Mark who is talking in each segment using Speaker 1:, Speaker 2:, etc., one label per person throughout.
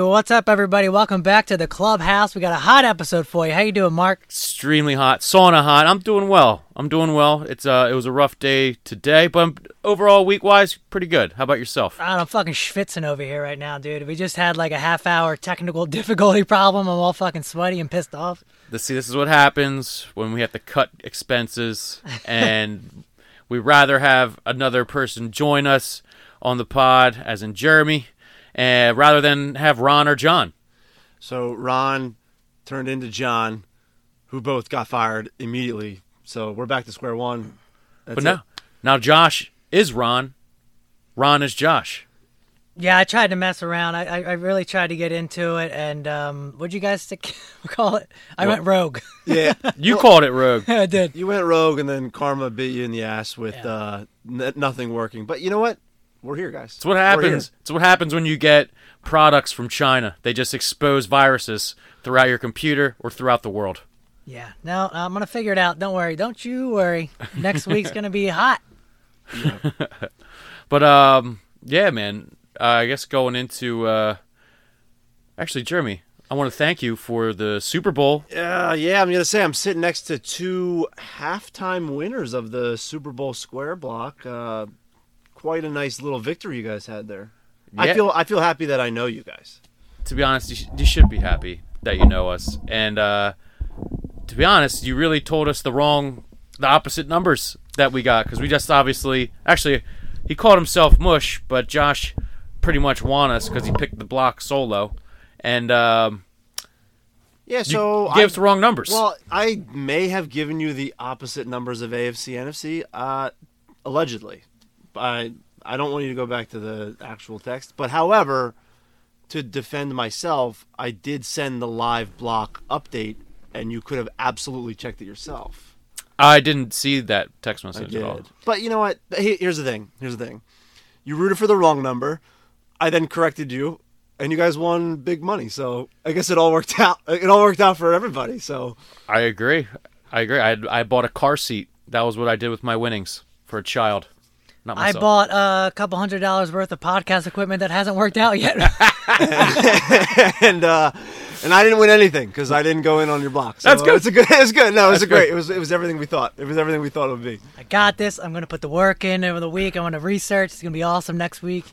Speaker 1: What's up, everybody? Welcome back to the clubhouse. We got a hot episode for you. How you doing, Mark?
Speaker 2: extremely hot, sauna hot. I'm doing well. I'm doing well. It's uh, it was a rough day today, but I'm, overall week wise, pretty good. How about yourself?
Speaker 1: God, I'm fucking schwitzing over here right now, dude. We just had like a half hour technical difficulty problem. I'm all fucking sweaty and pissed off.
Speaker 2: This, see, this is what happens when we have to cut expenses, and we rather have another person join us on the pod, as in Jeremy, uh, rather than have Ron or John.
Speaker 3: So Ron turned into John, who both got fired immediately. So we're back to square one. That's
Speaker 2: but no,
Speaker 3: it.
Speaker 2: now Josh is Ron. Ron is Josh.
Speaker 1: Yeah, I tried to mess around. I, I, I really tried to get into it. And um, what'd you guys stick, call it? I went rogue.
Speaker 3: yeah,
Speaker 2: You called it rogue.
Speaker 1: I did.
Speaker 3: you went rogue, and then karma bit you in the ass with uh, n- nothing working. But you know what? We're here, guys.
Speaker 2: It's what happens. It's what happens when you get products from China. They just expose viruses throughout your computer or throughout the world.
Speaker 1: Yeah. No, I'm going to figure it out. Don't worry. Don't you worry. Next week's going to be hot.
Speaker 2: But um, yeah, man. Uh, I guess going into uh, actually, Jeremy, I want to thank you for the Super Bowl.
Speaker 3: Yeah, yeah. I'm gonna say I'm sitting next to two halftime winners of the Super Bowl square block. Uh, quite a nice little victory you guys had there.
Speaker 2: Yeah.
Speaker 3: I feel I feel happy that I know you guys.
Speaker 2: To be honest, you, sh- you should be happy that you know us. And uh, to be honest, you really told us the wrong, the opposite numbers that we got because we just obviously actually he called himself Mush, but Josh pretty much won us because he picked the block solo, and um,
Speaker 3: Yeah.
Speaker 2: you
Speaker 3: So
Speaker 2: gave
Speaker 3: I-
Speaker 2: us the wrong numbers.
Speaker 3: Well, I may have given you the opposite numbers of AFC NFC, uh, allegedly. I I don't want you to go back to the actual text, but however, to defend myself, I did send the live block update, and you could have absolutely checked it yourself.
Speaker 2: I didn't see that text message at all.
Speaker 3: Did. But you know what? He- Here's the thing. Here's the thing. You rooted for the wrong number. I then corrected you, and you guys won big money. So I guess it all worked out. It all worked out for everybody. So
Speaker 2: I agree. I agree. I I bought a car seat. That was what I did with my winnings for a child, not
Speaker 1: I
Speaker 2: myself.
Speaker 1: bought uh, a couple hundred dollars worth of podcast equipment that hasn't worked out yet.
Speaker 3: and uh, and I didn't win anything because I didn't go in on your block. So
Speaker 2: That's good.
Speaker 3: It's a good. It's good. No, it was a
Speaker 2: good.
Speaker 3: great. It was it was everything we thought. It was everything we thought it would be.
Speaker 1: I got this. I'm going to put the work in over the week. I'm going to research. It's going to be awesome next week.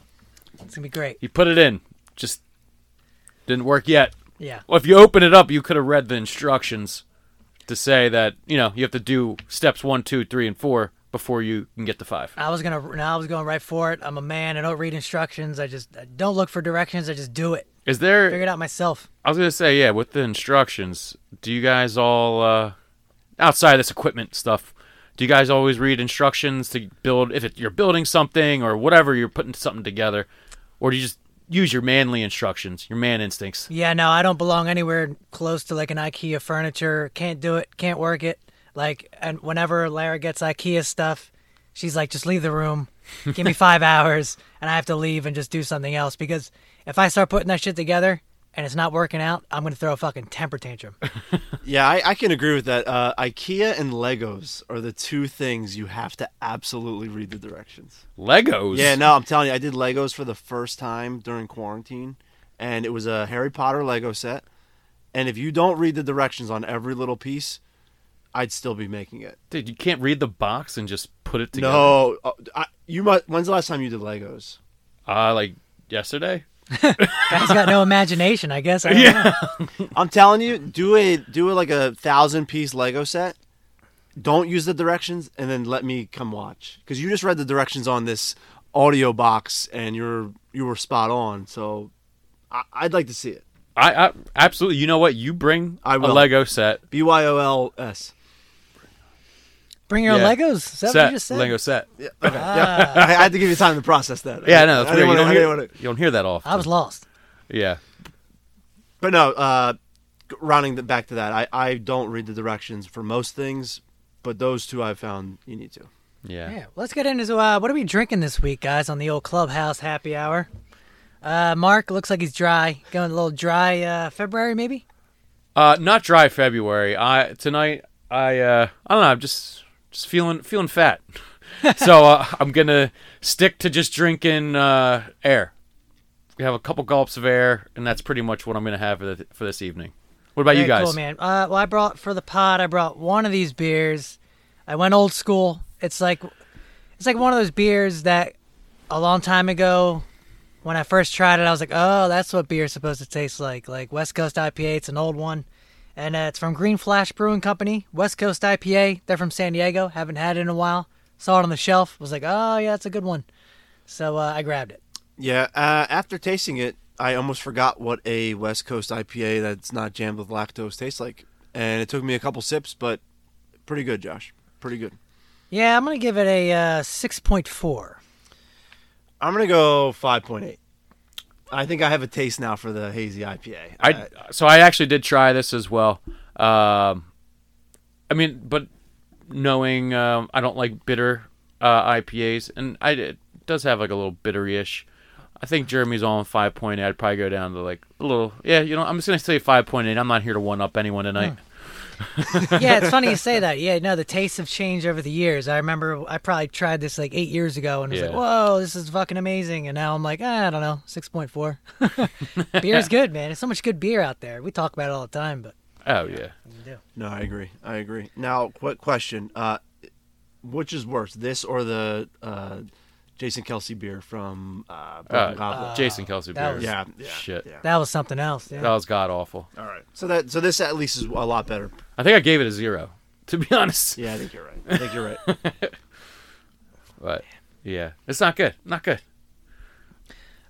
Speaker 1: It's going to be great.
Speaker 2: You put it in. Just didn't work yet.
Speaker 1: Yeah.
Speaker 2: Well, if you open it up, you could have read the instructions to say that you know you have to do steps one, two, three, and four before you can get to five.
Speaker 1: I was going to, no, I was going right for it. I'm a man. I don't read instructions. I just I don't look for directions. I just do it.
Speaker 2: Is there?
Speaker 1: Figure it out myself.
Speaker 2: I was gonna say yeah. With the instructions, do you guys all uh, outside of this equipment stuff? Do you guys always read instructions to build if it, you're building something or whatever you're putting something together, or do you just use your manly instructions, your man instincts?
Speaker 1: Yeah, no, I don't belong anywhere close to like an IKEA furniture. Can't do it. Can't work it. Like, and whenever Lara gets IKEA stuff, she's like, just leave the room. Give me five hours, and I have to leave and just do something else. Because if I start putting that shit together and it's not working out, I'm going to throw a fucking temper tantrum.
Speaker 3: Yeah, I, I can agree with that. Uh, IKEA and Legos are the two things you have to absolutely read the directions.
Speaker 2: Legos.
Speaker 3: Yeah, no, I'm telling you, I did Legos for the first time during quarantine, and it was a Harry Potter Lego set. And if you don't read the directions on every little piece, I'd still be making it.
Speaker 2: Dude, you can't read the box and just put it together.
Speaker 3: No, uh, I, you must. When's the last time you did Legos?
Speaker 2: Uh, like yesterday.
Speaker 1: Guy's got no imagination, I guess. I don't know.
Speaker 3: I'm telling you, do a do a, like a thousand piece Lego set. Don't use the directions, and then let me come watch because you just read the directions on this audio box, and you're you were spot on. So I, I'd like to see it.
Speaker 2: I, I absolutely. You know what? You bring
Speaker 3: I
Speaker 2: a
Speaker 3: will.
Speaker 2: Lego set.
Speaker 3: B y o l s.
Speaker 1: Bring your own
Speaker 2: Yeah.
Speaker 1: Legos. Is that what
Speaker 2: set
Speaker 1: you just said?
Speaker 2: Lego set. Yeah,
Speaker 3: Yeah, I had to give you time to process that.
Speaker 2: Ah. yeah no, that's weird.
Speaker 3: I didn't
Speaker 2: You
Speaker 3: wanna-
Speaker 2: don't,
Speaker 3: I
Speaker 2: hear,
Speaker 3: didn't wanna-
Speaker 2: you don't hear that often.
Speaker 1: I was lost.
Speaker 2: yeah.
Speaker 3: But no, uh, g- rounding the, back to that, I, I don't read the directions for most things, but those two I've found you need to.
Speaker 2: Yeah.
Speaker 1: Yeah, let's get into uh, what are we drinking this week, guys, on the old clubhouse happy hour. Uh, Mark looks like he's dry, going a little dry. Uh, February maybe.
Speaker 2: Uh, not dry February. I tonight. I uh, I don't know. I'm just just feeling feeling fat. so uh, I'm gonna stick to just drinking uh, air we have a couple gulps of air, and that's pretty much what I'm going to have for, the, for this evening. What about you
Speaker 1: Very
Speaker 2: guys?
Speaker 1: Cool, man. Uh, well, I brought for the pod. I brought one of these beers. I went old school. It's like, it's like one of those beers that a long time ago, when I first tried it, I was like, oh, that's what beer's supposed to taste like. Like West Coast IPA. It's an old one, and uh, it's from Green Flash Brewing Company. West Coast IPA. They're from San Diego. Haven't had it in a while. Saw it on the shelf. Was like, oh yeah, that's a good one. So uh, I grabbed it.
Speaker 3: Yeah, uh, after tasting it, I almost forgot what a West Coast IPA that's not jammed with lactose tastes like. And it took me a couple sips, but pretty good, Josh. Pretty good.
Speaker 1: Yeah, I'm gonna give it a uh, six point four.
Speaker 3: I'm going to go 5.8. I think I have a taste now for the hazy IPA.
Speaker 2: I
Speaker 3: Uh,
Speaker 2: so I actually did try this as well. Um, I mean, but knowing um, I don't like bitter uh, IPAs, and I it does have like a little bitteryish. I think Jeremy's on five point eight. I'd probably go down to like a little. Yeah, you know, I'm just gonna say five point eight. I'm not here to one up anyone tonight.
Speaker 1: yeah, it's funny you say that. Yeah, no, the tastes have changed over the years. I remember I probably tried this like eight years ago and was like,
Speaker 2: Yeah.
Speaker 1: whoa, this is fucking amazing. And now I'm like, ah, I don't know, 6.4. Beer's good, man. There's so much good beer out there. We talk about it all the time, but
Speaker 3: Hmm.
Speaker 2: Oh yeah,
Speaker 3: no, I agree. I agree. Now, quick question. Uh, which is worse, this or the uh, Jason Kelsey beer from uh,
Speaker 2: Uh,
Speaker 3: Broken Goblin?
Speaker 2: Jason Kelsey
Speaker 1: that
Speaker 2: beer.
Speaker 1: was-
Speaker 3: yeah, yeah.
Speaker 2: shit.
Speaker 3: Yeah.
Speaker 1: that was something else. Yeah.
Speaker 2: That was god awful.
Speaker 3: All right. So that so this at least is a lot better.
Speaker 2: I think I gave it a zero, to be honest.
Speaker 3: Yeah, I think you're right. I think you're right.
Speaker 2: But yeah, it's not good. Not good.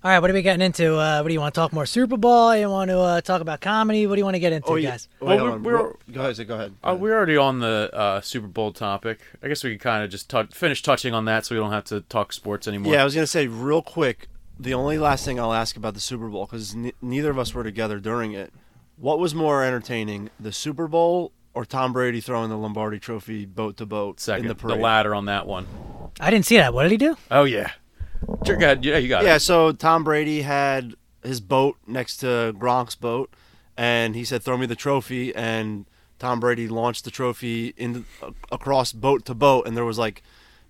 Speaker 1: All right, what are we getting into? Uh, what do you want to talk more? Super Bowl? You want to uh, talk about comedy? What do you want to get into,
Speaker 3: Oh, yeah.
Speaker 1: guys?
Speaker 3: Wait,
Speaker 2: Well,
Speaker 3: hold
Speaker 2: we're-
Speaker 3: on. go ahead. Zach, Go ahead.
Speaker 2: Uh, we're already on the uh, Super Bowl topic. I guess we could kind of just tou finish touching on that, so we don't have to talk sports anymore.
Speaker 3: yeah, I was gonna say real quick. The only last thing I'll ask about the Super Bowl because ne- neither of us were together during it. What was more entertaining, the Super Bowl or Tom Brady throwing the Lombardi Trophy boat to boat
Speaker 2: second,
Speaker 3: in the
Speaker 2: the,
Speaker 3: parade?
Speaker 2: ladder on that one.
Speaker 1: I didn't see that. What did he do?
Speaker 2: Oh yeah, Sure, go ahead. Yeah, you got
Speaker 3: yeah,
Speaker 2: it.
Speaker 3: so Tom Brady had his boat next to Gronk's boat, and he said, "Throw me the trophy." And Tom Brady launched the trophy in across boat to boat, and there was like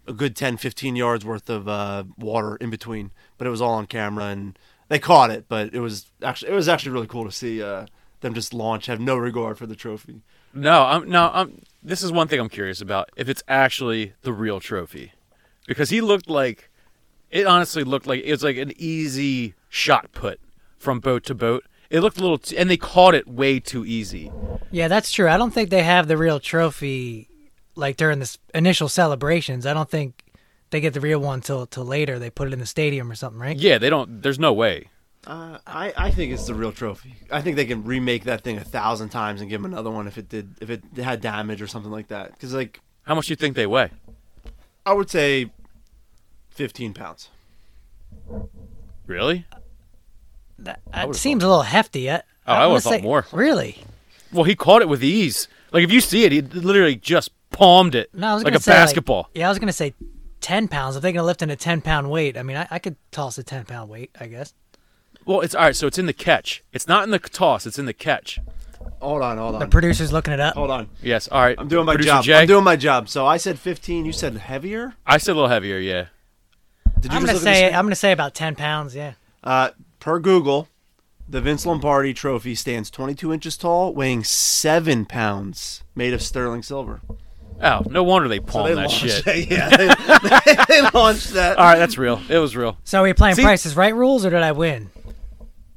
Speaker 3: a good 10, 15 yards worth of uh, water in between, but it was all on camera, and they caught it. But it was actually it was actually really cool to see uh, them just launch, have no regard for the trophy.
Speaker 2: No, I'm no. I'm. This is one thing I'm curious about. If it's actually the real trophy, because he looked like it. Honestly, looked like it was like an easy shot put from boat to boat. It looked a little, t- and they caught it way too easy.
Speaker 1: Yeah, that's true. I don't think they have the real trophy like during the s- initial celebrations. I don't think they get the real one till till later. They put it in the stadium or something, right?
Speaker 2: Yeah, they don't. There's no way.
Speaker 3: Uh, I, I think it's the real trophy. I think they can remake that thing a thousand times and give him another one if it did if it had damage or something like that. Because like
Speaker 2: How much do you think they weigh?
Speaker 3: I would say 15 pounds.
Speaker 2: Really?
Speaker 1: That, that seems a little hefty. I,
Speaker 2: Oh, I
Speaker 1: wanna
Speaker 2: would've thought
Speaker 1: say-
Speaker 2: more.
Speaker 1: Really?
Speaker 2: Well, he caught it with ease. Like if you see it, he literally just palmed it.
Speaker 1: No, I was
Speaker 2: like
Speaker 1: gonna
Speaker 2: a
Speaker 1: say,
Speaker 2: basketball.
Speaker 1: yeah, I was gonna say ten pounds. If they're gonna lift in a ten pound weight, I mean, I, I could toss a ten pound weight, I guess.
Speaker 2: Well, it's all right. So it's in the catch. It's not in the toss. It's in the catch.
Speaker 3: Hold on, hold
Speaker 2: Um,
Speaker 1: The
Speaker 3: on.
Speaker 1: producer's looking it up.
Speaker 2: oh,
Speaker 3: hold on.
Speaker 2: Yes. All right.
Speaker 3: I'm doing my
Speaker 2: Producer
Speaker 3: job.
Speaker 2: Jay,
Speaker 3: I'm doing my job. So I said 15, you said heavier?
Speaker 2: I said a little heavier. Yeah.
Speaker 3: Did you
Speaker 1: I'm gonna
Speaker 3: just look at
Speaker 1: say
Speaker 3: this?
Speaker 1: I'm gonna say about ten pounds. Yeah.
Speaker 3: uh, per Google, the Vince Lombardi trophy stands 22 inches tall, weighing 7 pounds, made of sterling silver.
Speaker 2: Oh, no wonder they palmed
Speaker 3: they
Speaker 2: that
Speaker 3: launched
Speaker 2: shit.
Speaker 3: that. Yeah, they, they launched that.
Speaker 2: All right, that's real. It was real.
Speaker 1: So are we playing
Speaker 2: See-
Speaker 1: Price is Right rules, or did I win?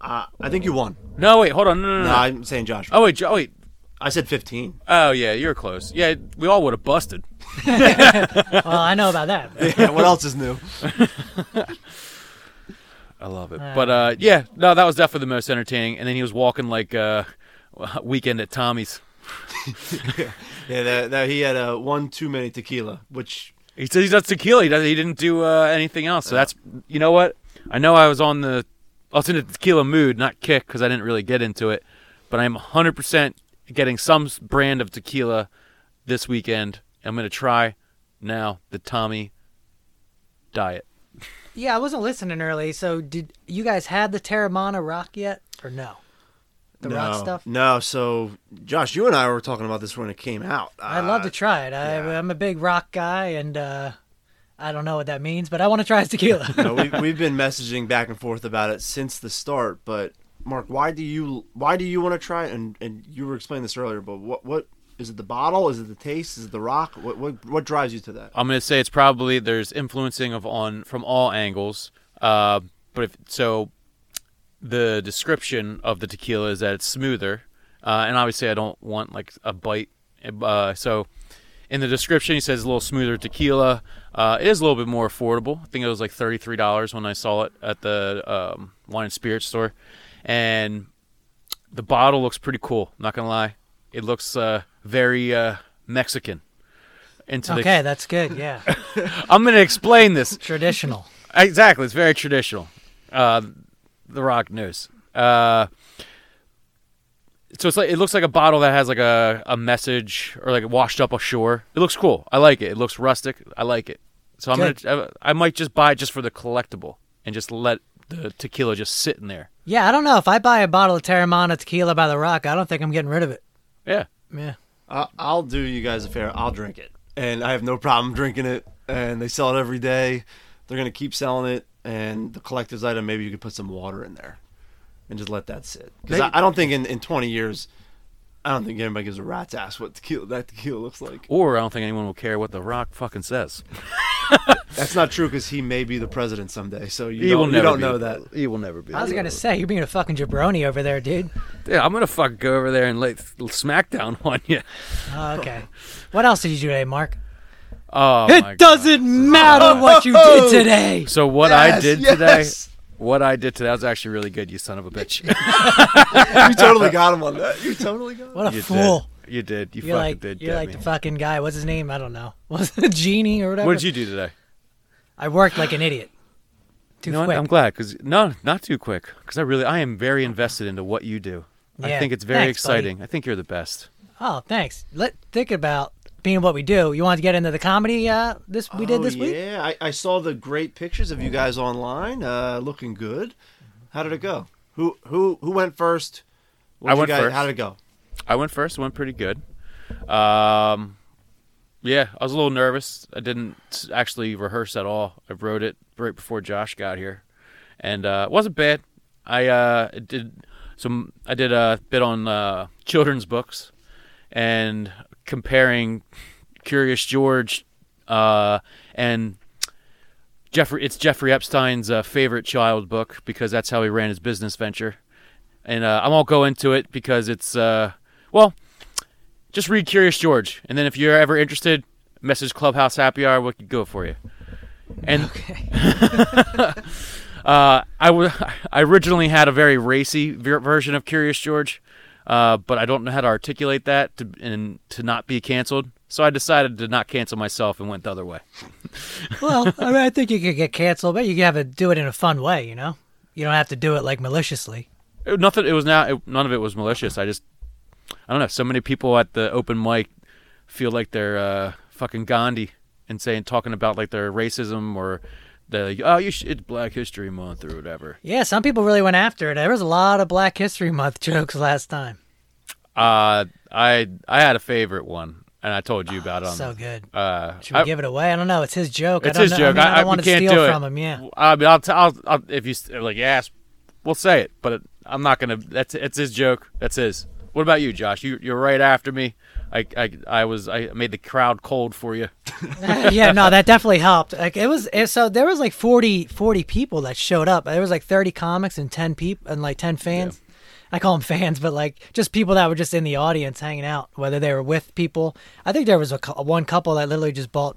Speaker 3: Uh, I think you won.
Speaker 2: No, wait, hold on. No, no, no.
Speaker 3: No, I'm saying Josh.
Speaker 2: oh wait, Jo- oh, wait.
Speaker 3: I said 15.
Speaker 2: Oh yeah, you're close. Yeah, we all would have busted.
Speaker 1: Well, I know about that.
Speaker 3: Yeah, what else is new?
Speaker 2: I love it. But uh, yeah, no, that was definitely the most entertaining. And then he was walking like uh, weekend at Tommy's.
Speaker 3: Yeah, that, that he had uh, one too many tequila, which
Speaker 2: He says he does tequila. He does. He didn't do uh, anything else. So that's you know what. I know I was on the I was in a tequila mood, not kick, because I didn't really get into it. But I'm 100 percent getting some s- brand of tequila this weekend. I'm gonna try now the Tommy diet.
Speaker 1: yeah, I wasn't listening early. So did you guys had the Terramana rock yet, or no? The rock stuff.
Speaker 2: Mm,
Speaker 3: No, so Josh, you and I were talking about this when it came out.
Speaker 1: I'd love
Speaker 3: Uh,
Speaker 1: to try it. I, I'm a big rock guy, and uh, I don't know what that means, but I want to try his tequila.
Speaker 3: No, we, we've been messaging back and forth about it since the start. But Mark, why do you why do you want to try? it? And and you were explaining this earlier, but what what is it? The bottle? Is it the taste? Is it the rock? What what what drives you to that?
Speaker 2: I'm gonna say it's probably there's influencing of on from all angles. Uh, but if so, the description of the tequila is that it's smoother, uh, and obviously I don't want like a bite. Uh, so in the description he says a little smoother tequila. Uh, it is a little bit more affordable. I think it was like thirty three dollars when I saw it at the um, wine and spirit store, and the bottle looks pretty cool. Not gonna lie, it looks uh, very uh, Mexican. Into the
Speaker 1: okay, that's good. Yeah,
Speaker 2: I'm going to explain this.
Speaker 1: traditional.
Speaker 2: Exactly. It's very traditional. Uh, the Rock knows. Uh, so it's like it looks like a bottle that has like a, a message or like washed up ashore. It looks cool. I like it. It looks rustic. I like it. So I'm
Speaker 1: Good.
Speaker 2: gonna I, I might just buy it just for the collectible and just let the tequila just sit in there.
Speaker 1: Yeah, I don't know if I buy a bottle of Terramana tequila by the Rock, I don't think I'm getting rid of it.
Speaker 2: Yeah.
Speaker 1: Yeah.
Speaker 3: I I'll do you guys a favor. I'll drink it, and I have no problem drinking it. And they sell it every day. They're gonna keep selling it, and the collector's item. Maybe you could put some water in there, and just let that sit. Because I, I don't think in, in twenty years, I don't think anybody gives a rat's ass what tequila that tequila looks like.
Speaker 2: Or I don't think anyone will care what the Rock fucking says.
Speaker 3: That's not true because he may be the president someday. So you
Speaker 2: He will
Speaker 3: don't, you
Speaker 2: never
Speaker 3: don't
Speaker 2: be.
Speaker 3: know that.
Speaker 4: He will never be.
Speaker 1: I was gonna say you're being a fucking jabroni over there, dude.
Speaker 2: Yeah, I'm gonna fuck go over there and lay smackdown on you.
Speaker 1: Oh, okay. What else did you do today, Mark?
Speaker 2: Oh, my
Speaker 1: it
Speaker 2: God.
Speaker 1: doesn't matter what you did today.
Speaker 2: So what I
Speaker 3: Yes,
Speaker 2: did
Speaker 3: yes.
Speaker 2: today, what I did today, that was actually really good. You son of a bitch.
Speaker 3: You totally got him on that. You totally got. Him.
Speaker 1: What a
Speaker 2: you
Speaker 1: fool.
Speaker 2: did. You did. You
Speaker 1: You're
Speaker 2: fucking
Speaker 1: like
Speaker 2: did.
Speaker 1: you're
Speaker 2: get
Speaker 1: like the
Speaker 2: me.
Speaker 1: fucking guy. What's his name? I don't know. Was it Genie or whatever?
Speaker 2: what did you do today?
Speaker 1: I worked like an idiot. Too
Speaker 2: You know what?
Speaker 1: quick.
Speaker 2: I'm glad because no, not too quick. Because I really, I am very invested into what you do. I
Speaker 1: Yeah.
Speaker 2: think it's very
Speaker 1: Thanks, buddy.
Speaker 2: exciting. I think you're the best.
Speaker 1: Oh, thanks. Let think about being what we do. You want to get into the comedy uh this we did
Speaker 3: Oh,
Speaker 1: this week?
Speaker 3: Yeah, I, I saw the great pictures of you guys online. Uh, looking good. How did it go? Who who who went first? What'd
Speaker 2: I
Speaker 3: you
Speaker 2: went
Speaker 3: guys-
Speaker 2: first.
Speaker 3: How did it go?
Speaker 2: I went first. Went pretty good. Um, yeah, I was a little nervous. I didn't actually rehearse at all. I wrote it right before Josh got here, and uh, it wasn't bad. I uh, did some. I did a bit on uh, children's books and comparing Curious George uh, and Jeffrey. It's Jeffrey Epstein's uh, favorite child book because that's how he ran his business venture. And uh, I won't go into it because it's uh, well, just read Curious George, and then if you're ever interested, message Clubhouse Happy Hour. We could go for you. And uh, I wa- I originally had a very racy ver- version of Curious George, uh, but I don't know how to articulate that to, and to not be canceled. So I decided to not cancel myself and went the other way.
Speaker 1: well, I mean, I think you could get canceled, but you can have to do it in a fun way. You know, you don't have to do it like maliciously.
Speaker 2: It, nothing. It was not. It, none of it was malicious. I just. I don't know. So many people at the open mic feel like they're uh, fucking Gandhi and saying talking about like their racism or the like, oh you should, it's Black History Month or whatever.
Speaker 1: Yeah, some people really went after it. There was a lot of Black History Month jokes last time.
Speaker 2: Uh, I I had a favorite one and I told you about it. On,
Speaker 1: so good.
Speaker 2: Uh,
Speaker 1: Should we
Speaker 2: I-
Speaker 1: give it away? I don't know. It's his joke.
Speaker 2: It's
Speaker 1: I don't
Speaker 2: his
Speaker 1: know.
Speaker 2: joke.
Speaker 1: I, mean,
Speaker 2: I,
Speaker 1: don't want
Speaker 2: we
Speaker 1: to
Speaker 2: can't
Speaker 1: steal
Speaker 2: do it
Speaker 1: from him. Yeah.
Speaker 2: I mean, I'll, t- I'll, I'll if you s- like, you ask, we'll say it. But it, I'm not gonna. That's it's his joke. That's his. What about you, Josh? You you're right after me. I I, I was I made the crowd cold for you.
Speaker 1: yeah, no, that definitely helped. Like it was it, so there was like 40, 40 people that showed up. There was like 30 comics and 10 people and like 10 fans. I call them fans, but like just people that were just in the audience hanging out, whether they were with people. I think there was a cou- one couple that literally just bought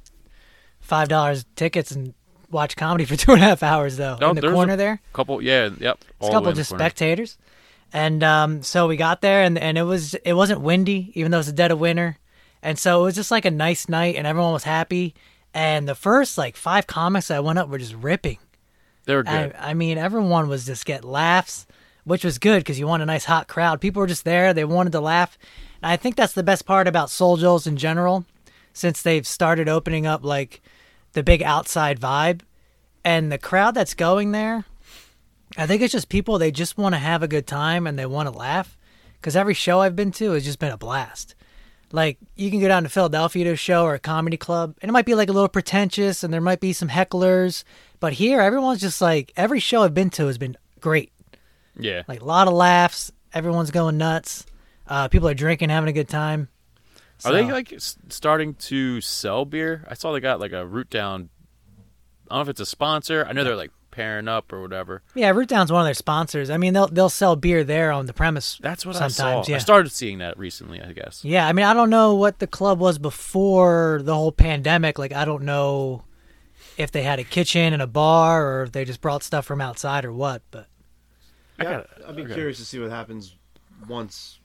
Speaker 1: $5 tickets and watched comedy for two and a half hours though
Speaker 2: No,
Speaker 1: in the
Speaker 2: there's a
Speaker 1: corner there.
Speaker 2: Couple, yeah, yep.
Speaker 1: It's
Speaker 2: all the
Speaker 1: a
Speaker 2: way
Speaker 1: couple
Speaker 2: in the
Speaker 1: just
Speaker 2: corner.
Speaker 1: spectators. And um, so we got there, and, and it was it wasn't windy, even though it's the dead of winter. And so it was just like a nice night, and everyone was happy. And the first like five comics that went up were just ripping.
Speaker 2: They were good.
Speaker 1: I, I mean, everyone was just get laughs, which was good because you want a nice hot crowd. People were just there; they wanted to laugh. And I think that's the best part about Soul Joes in general, since they've started opening up like the big outside vibe, and the crowd that's going there. I think it's just people they just want to have a good time and they want to laugh, because every show I've been to has just been a blast. Like you can go down to Philadelphia to a show or a comedy club, and it might be like a little pretentious, and there might be some hecklers. But here, everyone's just like every show I've been to has been great.
Speaker 2: Yeah.
Speaker 1: Like a lot of laughs, everyone's going nuts. Uh, people are drinking, having a good time.
Speaker 2: Are they
Speaker 1: So-
Speaker 2: like s- starting to sell beer? I saw they got like a root down. I don't know if it's a sponsor. I know they're like pairing up or whatever.
Speaker 1: Yeah, Root Down's one of their sponsors. I mean, they'll they'll sell beer there on the premise.
Speaker 2: That's what
Speaker 1: sometimes,
Speaker 2: I saw.
Speaker 1: Yeah.
Speaker 2: I started seeing that recently, I guess.
Speaker 1: yeah, I mean, I don't know what the club was before the whole pandemic. Like, I don't know if they had a kitchen and a bar, or if they just brought stuff from outside, or what. But
Speaker 3: Yeah, I'd be curious to see what happens once.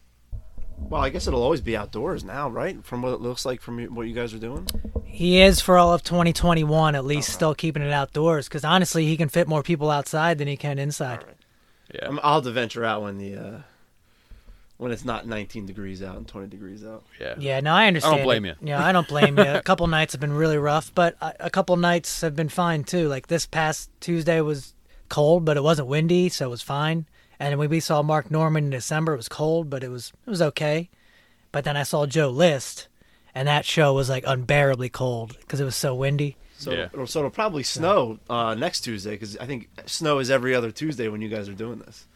Speaker 3: Well, I guess it'll always be outdoors now, right? From what it looks like from you- what you guys are doing.
Speaker 1: he is for all of 2021, at least, still keeping it outdoors. Because honestly, he can fit more people outside than he can inside.
Speaker 2: Yeah.
Speaker 3: I'm, I'll have to venture out when the uh, when it's not 19 degrees out and 20 degrees out.
Speaker 2: Yeah.
Speaker 1: Yeah, no, I understand.
Speaker 2: blame
Speaker 1: it.
Speaker 2: you.
Speaker 1: Yeah, I don't blame you. A couple nights have been really rough, but a, a couple nights have been fine too. Like this past Tuesday was cold, but it wasn't windy, so it was fine. And when we saw Mark Norman in December, it was cold, but it was it was okay. But then I saw Joe List, and that show was like unbearably cold because it was so windy.
Speaker 3: So,
Speaker 2: Yeah.
Speaker 3: it'll, so it'll probably snow uh, next Tuesday because I think snow is every other Tuesday when you guys are doing this.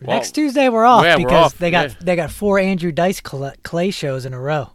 Speaker 2: Well,
Speaker 1: Next Tuesday we're off
Speaker 2: yeah, we're
Speaker 1: because
Speaker 2: off,
Speaker 1: they got
Speaker 2: yeah.
Speaker 1: they got four Andrew Dice Cl- Clay shows in a row.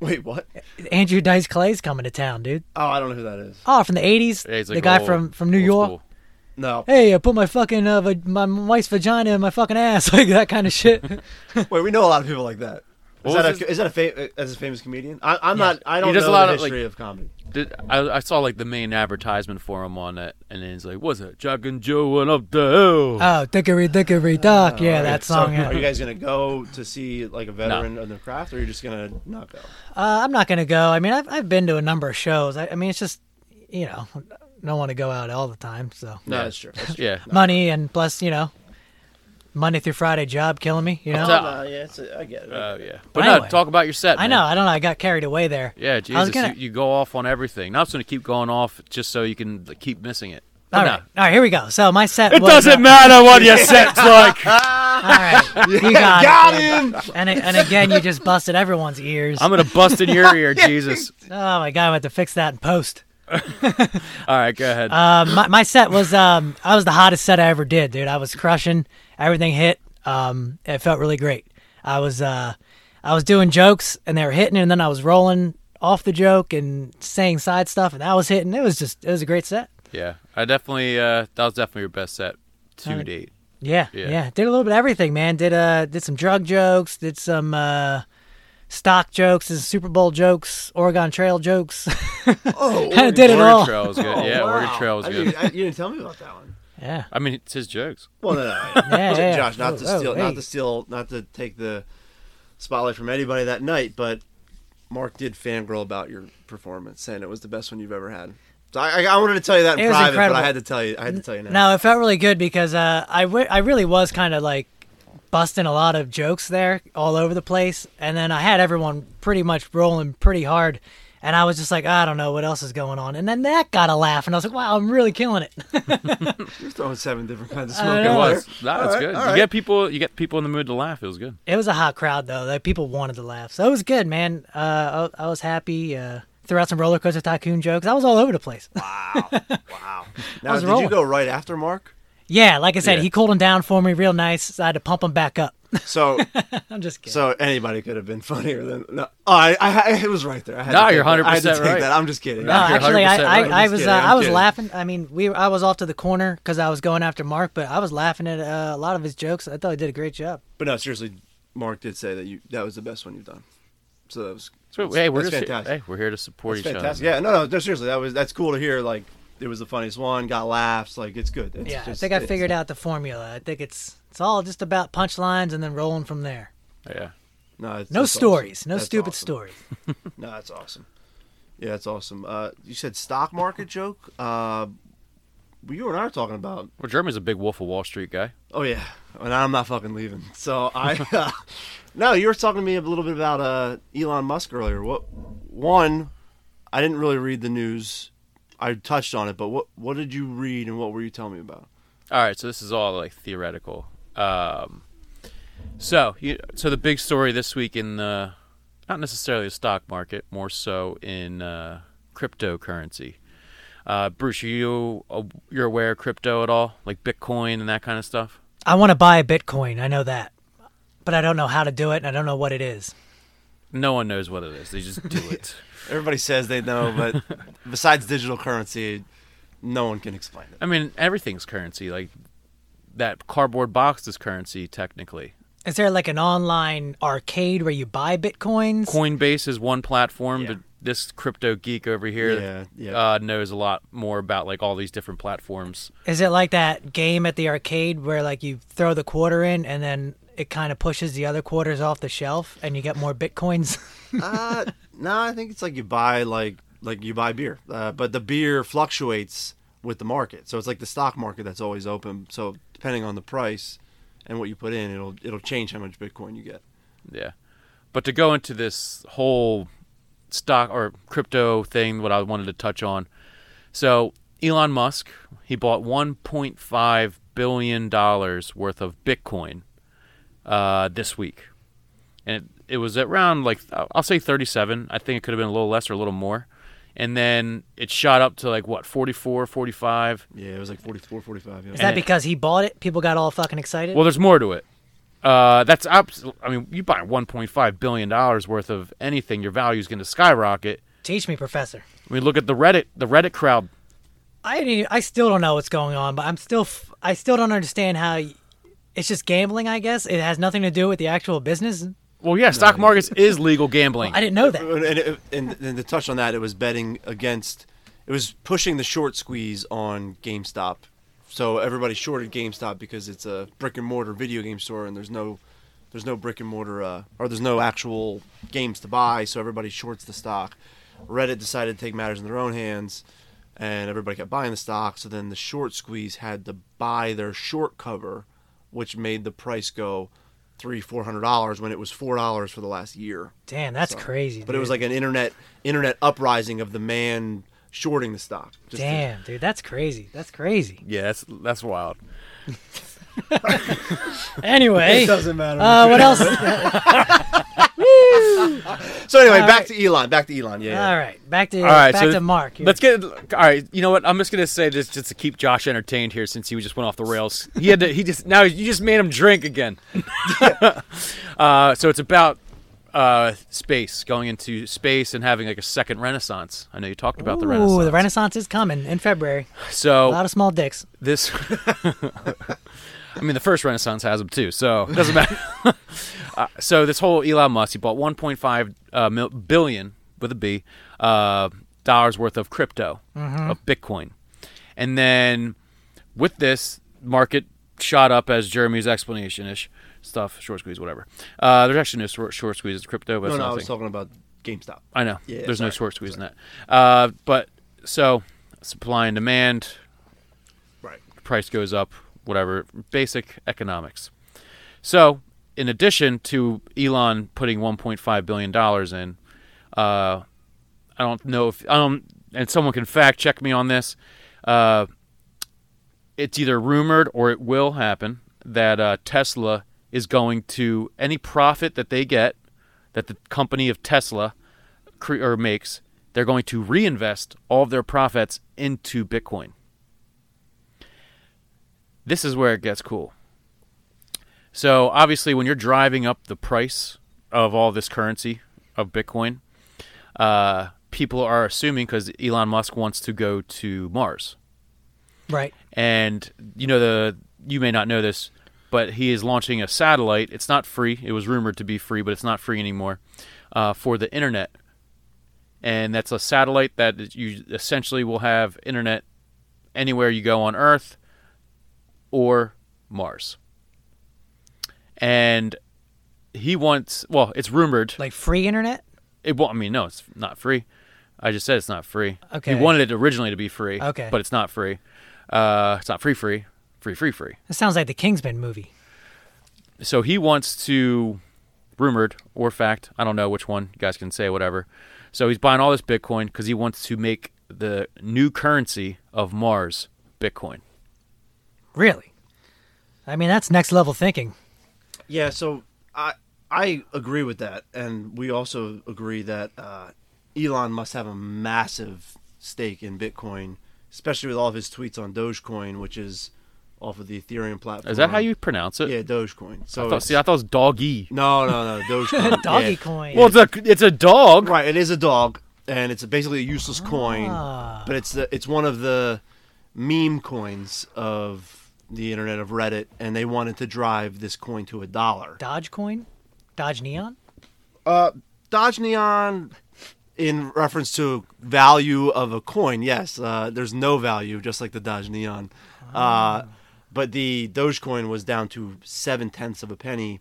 Speaker 3: Wait, what?
Speaker 1: Andrew Dice Clay's coming to town, dude.
Speaker 3: Oh, I don't know who that is.
Speaker 1: Oh, from the '80s,
Speaker 2: Yeah, he's,
Speaker 1: the
Speaker 2: like,
Speaker 1: guy
Speaker 2: old-
Speaker 1: from from New
Speaker 2: old
Speaker 1: York.
Speaker 2: school.
Speaker 3: No.
Speaker 1: hey, I put my fucking uh, va- my wife's vagina in my fucking ass, like that kind of shit.
Speaker 3: Wait, we know a lot of people like that. Is
Speaker 2: What was
Speaker 3: that,
Speaker 2: his-
Speaker 3: a, is that a fa- as a famous comedian? I, I'm not. I don't know
Speaker 2: does a lot
Speaker 3: the
Speaker 2: of, like-
Speaker 3: history of comedy.
Speaker 2: Did, I, I saw like the main advertisement for him on it, and then he's like, "What's it, Jack and Joe went up the hill?"
Speaker 1: oh, dickery dickery duck, yeah, that
Speaker 3: Oh, So,
Speaker 1: song. yeah.
Speaker 3: Are you guys gonna go to see like a veteran of the craft, or you're just gonna not go?
Speaker 1: uh, I'm not gonna go. I mean, I've I've been to a number of shows. I, I mean, it's just you know, don't want to go out all the time. So
Speaker 3: No,
Speaker 2: Yeah.
Speaker 3: that's true. That's true.
Speaker 2: yeah.
Speaker 1: money and plus, you know, Monday through Friday job killing me. You know,
Speaker 2: What's up?
Speaker 3: No, yeah, it's a, I get it.
Speaker 2: Uh, yeah. But no,
Speaker 1: anyway.
Speaker 2: talk about your set.
Speaker 1: I
Speaker 2: man.
Speaker 1: know. I don't know. I got carried away there.
Speaker 2: Yeah,
Speaker 1: I
Speaker 2: Jesus,
Speaker 1: was gonna.
Speaker 2: you, you go off on everything. Now it's going to keep going off just so you can like, keep missing it. But
Speaker 1: all
Speaker 2: no.
Speaker 1: right, all right, here we go. So my set.
Speaker 2: It
Speaker 1: was,
Speaker 2: doesn't
Speaker 1: uh,
Speaker 2: matter what your set's like.
Speaker 1: All right, you got,
Speaker 3: Got
Speaker 1: it.
Speaker 3: him.
Speaker 1: And and again, you just busted everyone's ears.
Speaker 2: I'm going to bust in your ear, Jesus.
Speaker 1: oh my god, I have to fix that in post.
Speaker 2: All right, go ahead.
Speaker 1: Um, my, my set was um, I was the hottest set I ever did, dude. I was crushing. Everything hit. Um, it felt really great. I was uh, I was doing jokes and they were hitting, and then I was rolling off the joke and saying side stuff, and that was hitting. It was just it was a great set.
Speaker 2: yeah, I definitely, uh, that was definitely your best set to date.
Speaker 1: Yeah, yeah,
Speaker 2: Yeah.
Speaker 1: Did a little bit of everything, man. Did uh, did some drug jokes, did some uh, stock jokes, did Super Bowl jokes, Oregon Trail jokes.
Speaker 3: Oh,
Speaker 1: I did it
Speaker 2: Oregon
Speaker 1: all.
Speaker 2: Trail was good.
Speaker 3: oh,
Speaker 2: yeah,
Speaker 3: wow.
Speaker 2: Oregon Trail was
Speaker 3: I
Speaker 2: good.
Speaker 3: Didn't, I, you didn't tell me about that one.
Speaker 1: Yeah,
Speaker 2: I mean, it's his jokes.
Speaker 3: Well, no, no,
Speaker 1: Yeah, yeah.
Speaker 3: Josh, not to
Speaker 1: Oh, oh,
Speaker 3: steal,
Speaker 1: hey.
Speaker 3: not to steal, not to take the spotlight from anybody that night, but Mark did fangirl about your performance, saying it was the best one you've ever had. So I, I, I wanted to tell you that in
Speaker 1: It was
Speaker 3: private, but
Speaker 1: incredible.
Speaker 3: I had to tell you, I had to tell you now.
Speaker 1: No, it felt really good because uh, I, w- I really was kind of like busting a lot of jokes there all over the place. And then I had everyone pretty much rolling pretty hard. And I was just like, "Ah, I don't know what else is going on. And then that got a laugh. And I was like, wow, I'm really killing it.
Speaker 3: You're throwing seven different kinds of
Speaker 1: I
Speaker 3: smoke.
Speaker 1: know.
Speaker 2: It
Speaker 3: in
Speaker 2: was.
Speaker 3: there.
Speaker 2: Nah, that's
Speaker 3: All right,
Speaker 2: good.
Speaker 3: all
Speaker 2: You
Speaker 3: right.
Speaker 2: get people, you get people in the mood to laugh. It was good.
Speaker 1: it was a hot crowd, though. Like, people wanted to laugh. So it was good, man. Uh, I, I was happy. Uh, threw out some roller coaster tycoon jokes. I was all over the place.
Speaker 3: Wow, wow. Now,
Speaker 1: was
Speaker 3: did
Speaker 1: rolling.
Speaker 3: you go right after Mark?
Speaker 1: yeah, like I said,
Speaker 2: Yeah.
Speaker 1: he cooled him down for me real nice. So I had to pump him back up.
Speaker 3: So,
Speaker 1: I'm just kidding.
Speaker 3: so anybody could have been funnier than. No, oh, I, I, I- it was right there. I had
Speaker 2: No,
Speaker 3: to take
Speaker 2: you're
Speaker 3: that. I had to
Speaker 2: 100%
Speaker 3: take
Speaker 2: right.
Speaker 3: that. I'm just kidding.
Speaker 1: No,
Speaker 2: Knock your
Speaker 1: actually,
Speaker 2: 100%
Speaker 1: I,
Speaker 2: right.
Speaker 1: I, I
Speaker 3: I'm
Speaker 1: was
Speaker 3: kidding,
Speaker 1: uh,
Speaker 3: I'm
Speaker 1: I was
Speaker 3: kidding.
Speaker 1: laughing. I mean, we I was off to the corner because I was going after Mark, but I was laughing at uh, a lot of his jokes. I thought he did a great job.
Speaker 3: But no, seriously, Mark did say that you that was the best one you've done. So that was
Speaker 2: So, hey, we're
Speaker 3: that's
Speaker 2: just,
Speaker 3: fantastic.
Speaker 2: hey, we're here to support
Speaker 3: It's
Speaker 2: each
Speaker 3: fantastic.
Speaker 2: other.
Speaker 3: Yeah, no, no, no, seriously, that was that's cool to hear. Like it was the funniest one, got laughs. Like it's good. It's
Speaker 1: yeah, I
Speaker 3: just-
Speaker 1: think I
Speaker 3: it's-
Speaker 1: figured out the formula. I think it's it's all just about punchlines and then rolling from there.
Speaker 2: Yeah.
Speaker 3: No, it's-
Speaker 1: No
Speaker 3: that's
Speaker 1: stories,
Speaker 3: awesome.
Speaker 1: no
Speaker 3: That's
Speaker 1: stupid
Speaker 3: awesome.
Speaker 1: stories.
Speaker 3: No, that's awesome. Yeah, that's awesome. Uh, you said stock market joke. Uh, well, you and I are talking about.
Speaker 2: Well, Jeremy's a big Wolf of Wall Street guy.
Speaker 3: Oh yeah, and I'm not fucking leaving. So I. Uh, no, you were talking to me a little bit about uh, Elon Musk earlier. What one? I didn't really read the news. I touched on it, but what what did you read and what were you telling me about?
Speaker 2: All right, so this is all like theoretical. Um, so, you, so the big story this week in the, I not necessarily the stock market, more so in uh, cryptocurrency. Uh, Bruce, are you uh, you're aware of crypto at all, like Bitcoin and that kind of stuff?
Speaker 1: I want to buy a Bitcoin. I know that, but I don't know how to do it, and I don't know what it is.
Speaker 2: No one knows what it is. They just do it.
Speaker 3: Everybody says they know, but besides digital currency, no one can explain it.
Speaker 2: I mean, everything's currency. Like that cardboard box is currency technically.
Speaker 1: Is there like an online arcade where you buy bitcoins?
Speaker 2: Coinbase is one platform,
Speaker 3: Yeah.
Speaker 2: but this crypto geek over here
Speaker 3: Yeah, yeah.
Speaker 2: Uh, knows a lot more about like all these different platforms.
Speaker 1: Is it like that game at the arcade where like you throw the quarter in and then it kind of pushes the other quarters off the shelf and you get more bitcoins?
Speaker 3: uh, no, I think it's like you buy like like you buy beer, uh, but the beer fluctuates with the market. So it's like the stock market that's always open. So depending on the price and what you put in, it'll it'll change how much Bitcoin you get.
Speaker 2: Yeah. But to go into this whole stock or crypto thing, what I wanted to touch on. So Elon Musk, he bought 1.5 billion dollars worth of Bitcoin uh, this week, and it, it was at around like I'll say 37. I think it could have been a little less or a little more, and then it shot up to like what 44, 45.
Speaker 3: Yeah, it was like 44, 45. Yeah.
Speaker 1: Is that
Speaker 2: And-
Speaker 1: because he bought it? People got all fucking excited.
Speaker 2: Well, there's more to it. Uh, that's abs- I mean, you buy 1.5 billion dollars worth of anything, your value is going to skyrocket.
Speaker 1: Teach me, professor.
Speaker 2: I mean, look at the Reddit, the Reddit crowd.
Speaker 1: I didn't even- I still don't know what's going on, but I'm still f- I still don't understand how y- it's just gambling. I guess it has nothing to do with the actual business.
Speaker 2: Well, yeah, stock markets is legal gambling.
Speaker 1: I didn't know that.
Speaker 3: And, and, and, and to touch on that, it was betting against, it was pushing the short squeeze on GameStop. So everybody shorted GameStop because it's a brick and mortar video game store, and there's no, there's no brick and mortar, uh, or there's no actual games to buy. So everybody shorts the stock. Reddit decided to take matters in their own hands, and everybody kept buying the stock. So then the short squeeze had to buy their short cover, which made the price go three, four hundred dollars when it was four dollars for the last year.
Speaker 1: Damn, that's crazy.
Speaker 3: But it was
Speaker 1: dude.
Speaker 3: like an internet internet uprising of the man shorting the stock. Just to-
Speaker 1: damn, dude, that's crazy. That's crazy.
Speaker 2: yeah, that's that's wild.
Speaker 1: Anyway,
Speaker 3: doesn't matter.
Speaker 1: uh, what else?
Speaker 3: so anyway,
Speaker 1: all
Speaker 3: back to Elon. Back to Elon. Yeah. yeah.
Speaker 1: All right, back to
Speaker 2: All right,
Speaker 1: back
Speaker 2: so
Speaker 1: to Mark. here.
Speaker 2: Let's get all right. You know what? I'm just gonna say this just to keep Josh entertained here, since he just went off the rails. He had to. He just now you just made him drink again. uh, so it's about uh, space, going into space and having like a second renaissance. I know you talked about the
Speaker 1: Ooh,
Speaker 2: renaissance.
Speaker 1: the Renaissance is coming in February.
Speaker 2: So
Speaker 1: A lot of small dicks.
Speaker 2: this i mean the first renaissance has them too so it doesn't matter uh, so this whole elon musk he bought 1.5 uh, mil- billion with a b uh, dollars worth of crypto
Speaker 3: Mm-hmm.
Speaker 2: of bitcoin and then with this market shot up as jeremy's explanation ish stuff short squeeze whatever uh, there's actually no short, short squeeze in crypto but
Speaker 3: No,
Speaker 2: it's
Speaker 3: no,
Speaker 2: not
Speaker 3: I
Speaker 2: a
Speaker 3: was
Speaker 2: thing.
Speaker 3: talking about GameStop.
Speaker 2: I know.
Speaker 3: Yeah,
Speaker 2: There's no
Speaker 3: sorry.
Speaker 2: short squeeze in that. Uh, but so supply and demand.
Speaker 3: Right.
Speaker 2: Price goes up. Whatever. Basic economics. So in addition to Elon putting 1.5 billion dollars in, uh, I don't know if I don't, and someone can fact check me on this. Uh, it's either rumored or it will happen that uh, Tesla is going to any profit that they get that the company of Tesla cre- or makes, they're going to reinvest all of their profits into Bitcoin. This is where it gets cool. So obviously, when you're driving up the price of all this currency of Bitcoin, uh, people are assuming because Elon Musk wants to go to Mars
Speaker 1: Right.
Speaker 2: and you know the you may not know this but he is launching a satellite it's not free it was rumored to be free but it's not free anymore uh, for the internet and that's a satellite that is- you essentially will have internet anywhere you go on earth or mars and he wants well it's rumored
Speaker 1: Like free internet.
Speaker 2: it well, I mean, no, it's not free. I just said it's not free.
Speaker 1: Okay.
Speaker 2: He wanted it originally to be free.
Speaker 1: Okay.
Speaker 2: But it's not free. Uh, it's not free, free, free, free, free.
Speaker 1: That sounds like the Kingsman movie.
Speaker 2: So he wants to, rumored or fact, I don't know which one. You guys can say whatever. So he's buying all this Bitcoin because he wants to make the new currency of Mars Bitcoin.
Speaker 1: Really. I mean, that's next level thinking.
Speaker 3: Yeah. So I I agree with that, and we also agree that uh, Elon must have a massive stake in Bitcoin, especially with all of his tweets on Dogecoin, which is off of the Ethereum platform.
Speaker 2: Is that how you pronounce it?
Speaker 3: Mm-hmm. Yeah, Dogecoin. So
Speaker 2: I thought,
Speaker 3: it's-
Speaker 2: see, I thought it was doggy.
Speaker 3: no, no, no, Dogecoin.
Speaker 1: Doggy
Speaker 3: yeah.
Speaker 1: coin.
Speaker 2: Well, it's a it's a dog.
Speaker 3: Right, it is a dog, and it's basically a useless coin,
Speaker 1: Ah.
Speaker 3: but it's the, it's one of the meme coins of the internet of Reddit, and they wanted to drive this coin to a dollar.
Speaker 1: Dodge coin? Dodge Neon?
Speaker 3: Dodge Neon, in reference to value of a coin, yes, uh, there's no value, just like the Dodge Neon. Uh, but the Dogecoin was down to seven tenths of a penny,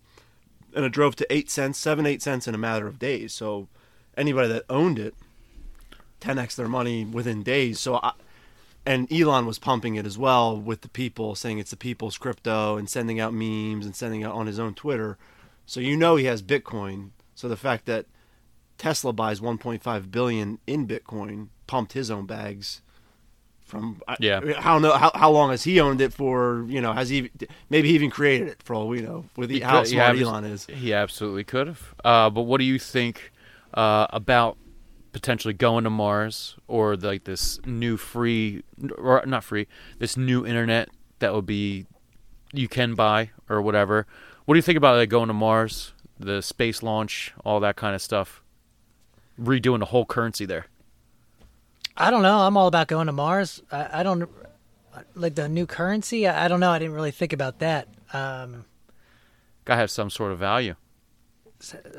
Speaker 3: and it drove to eight cents, seven, eight cents in a matter of days. So anybody that owned it, 10x their money within days. So I. And Elon was pumping it as well with the people, saying it's the people's crypto and sending out memes and sending out on his own Twitter. So you know he has Bitcoin. So the fact that Tesla buys 1.5 billion in Bitcoin, pumped his own bags. From I-
Speaker 2: Yeah.
Speaker 3: I mean, how no how, how long has he owned it for? You know, has he maybe he even created it for all we know? With the,
Speaker 2: He
Speaker 3: how
Speaker 2: could- he
Speaker 3: smart
Speaker 2: abs-
Speaker 3: Elon is,
Speaker 2: He absolutely could have. Uh, but what do you think uh, about potentially going to Mars or like this new free or not free, this new internet that would be you can buy or whatever? What do you think about like going to Mars, the space launch, all that kind of stuff? Redoing the whole currency there.
Speaker 1: I don't know. I'm all about going to Mars. I, I don't like the new currency. I, I don't know. I didn't really think about that. Um,
Speaker 2: Got to have some sort of value.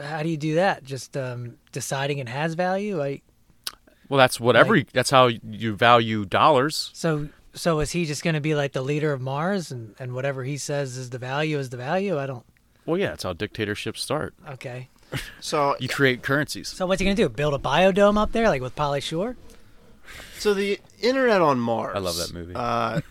Speaker 1: how do you do that? Just um, deciding it has value. Like
Speaker 2: Well, that's what every. That's how you value dollars.
Speaker 1: so. So is he just going to be like the leader of Mars and, and whatever he says is the value is the value? I don't.
Speaker 2: Well, yeah, that's how dictatorships start.
Speaker 1: Okay.
Speaker 3: so
Speaker 2: You create currencies.
Speaker 1: So what's he going to do? Build a biodome up there, like with Polly Shore?
Speaker 3: so the internet on Mars.
Speaker 2: I love that movie.
Speaker 3: Uh,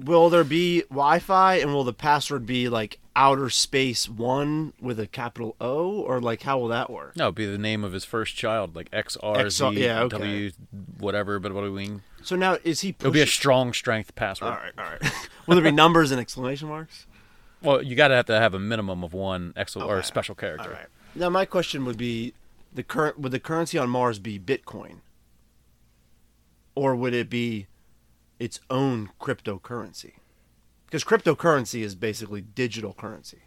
Speaker 3: will there be Wi-Fi, and will the password be like outer space one with a capital O, or like how will that work?
Speaker 2: No, it'd be the name of his first child, like X R
Speaker 3: X R-
Speaker 2: Z
Speaker 3: yeah, okay.
Speaker 2: W whatever, but what do we mean?
Speaker 3: So now is he?
Speaker 2: It'll be a
Speaker 3: pushing-
Speaker 2: strong strength password.
Speaker 3: all right, all right. will there be numbers and exclamation marks?
Speaker 2: Well, you gotta have to have a minimum of one ex or
Speaker 3: Okay.
Speaker 2: special character.
Speaker 3: All right. Now my question would be the current would the currency on Mars be Bitcoin? Or would it be its own cryptocurrency? Because cryptocurrency is basically digital currency.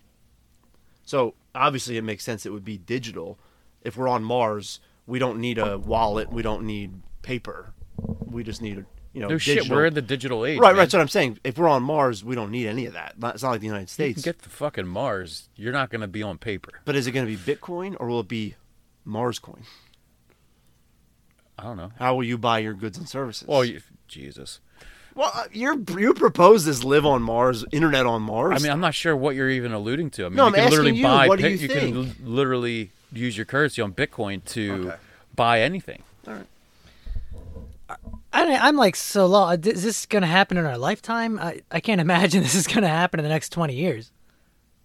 Speaker 3: So obviously it makes sense it would be digital. If we're on Mars, we don't need a wallet, we don't need paper. We just need you know
Speaker 2: No
Speaker 3: digital.
Speaker 2: shit, we're in the digital age.
Speaker 3: Right,
Speaker 2: man.
Speaker 3: right. That's what I'm saying. If we're on Mars, we don't need any of that. It's not like the United
Speaker 2: you can
Speaker 3: States.
Speaker 2: get to fucking Mars. You're not gonna be on paper.
Speaker 3: But is it going to be Bitcoin or will it be Mars coin?
Speaker 2: I don't know.
Speaker 3: How will you buy your goods and services?
Speaker 2: Well, you, Jesus.
Speaker 3: well uh, you're, you propose this live on Mars, internet on Mars.
Speaker 2: I mean, I'm not sure what you're even alluding to. I mean,
Speaker 3: No,
Speaker 2: you
Speaker 3: I'm
Speaker 2: can literally
Speaker 3: asking you,
Speaker 2: buy.
Speaker 3: what do
Speaker 2: pic-
Speaker 3: you
Speaker 2: can l-
Speaker 3: think?
Speaker 2: literally use your currency on Bitcoin to
Speaker 3: Okay.
Speaker 2: buy anything.
Speaker 3: All right.
Speaker 1: I don't, I'm like so long. Is this going to happen in our lifetime? I, I can't imagine this is going to happen in the next 20 years.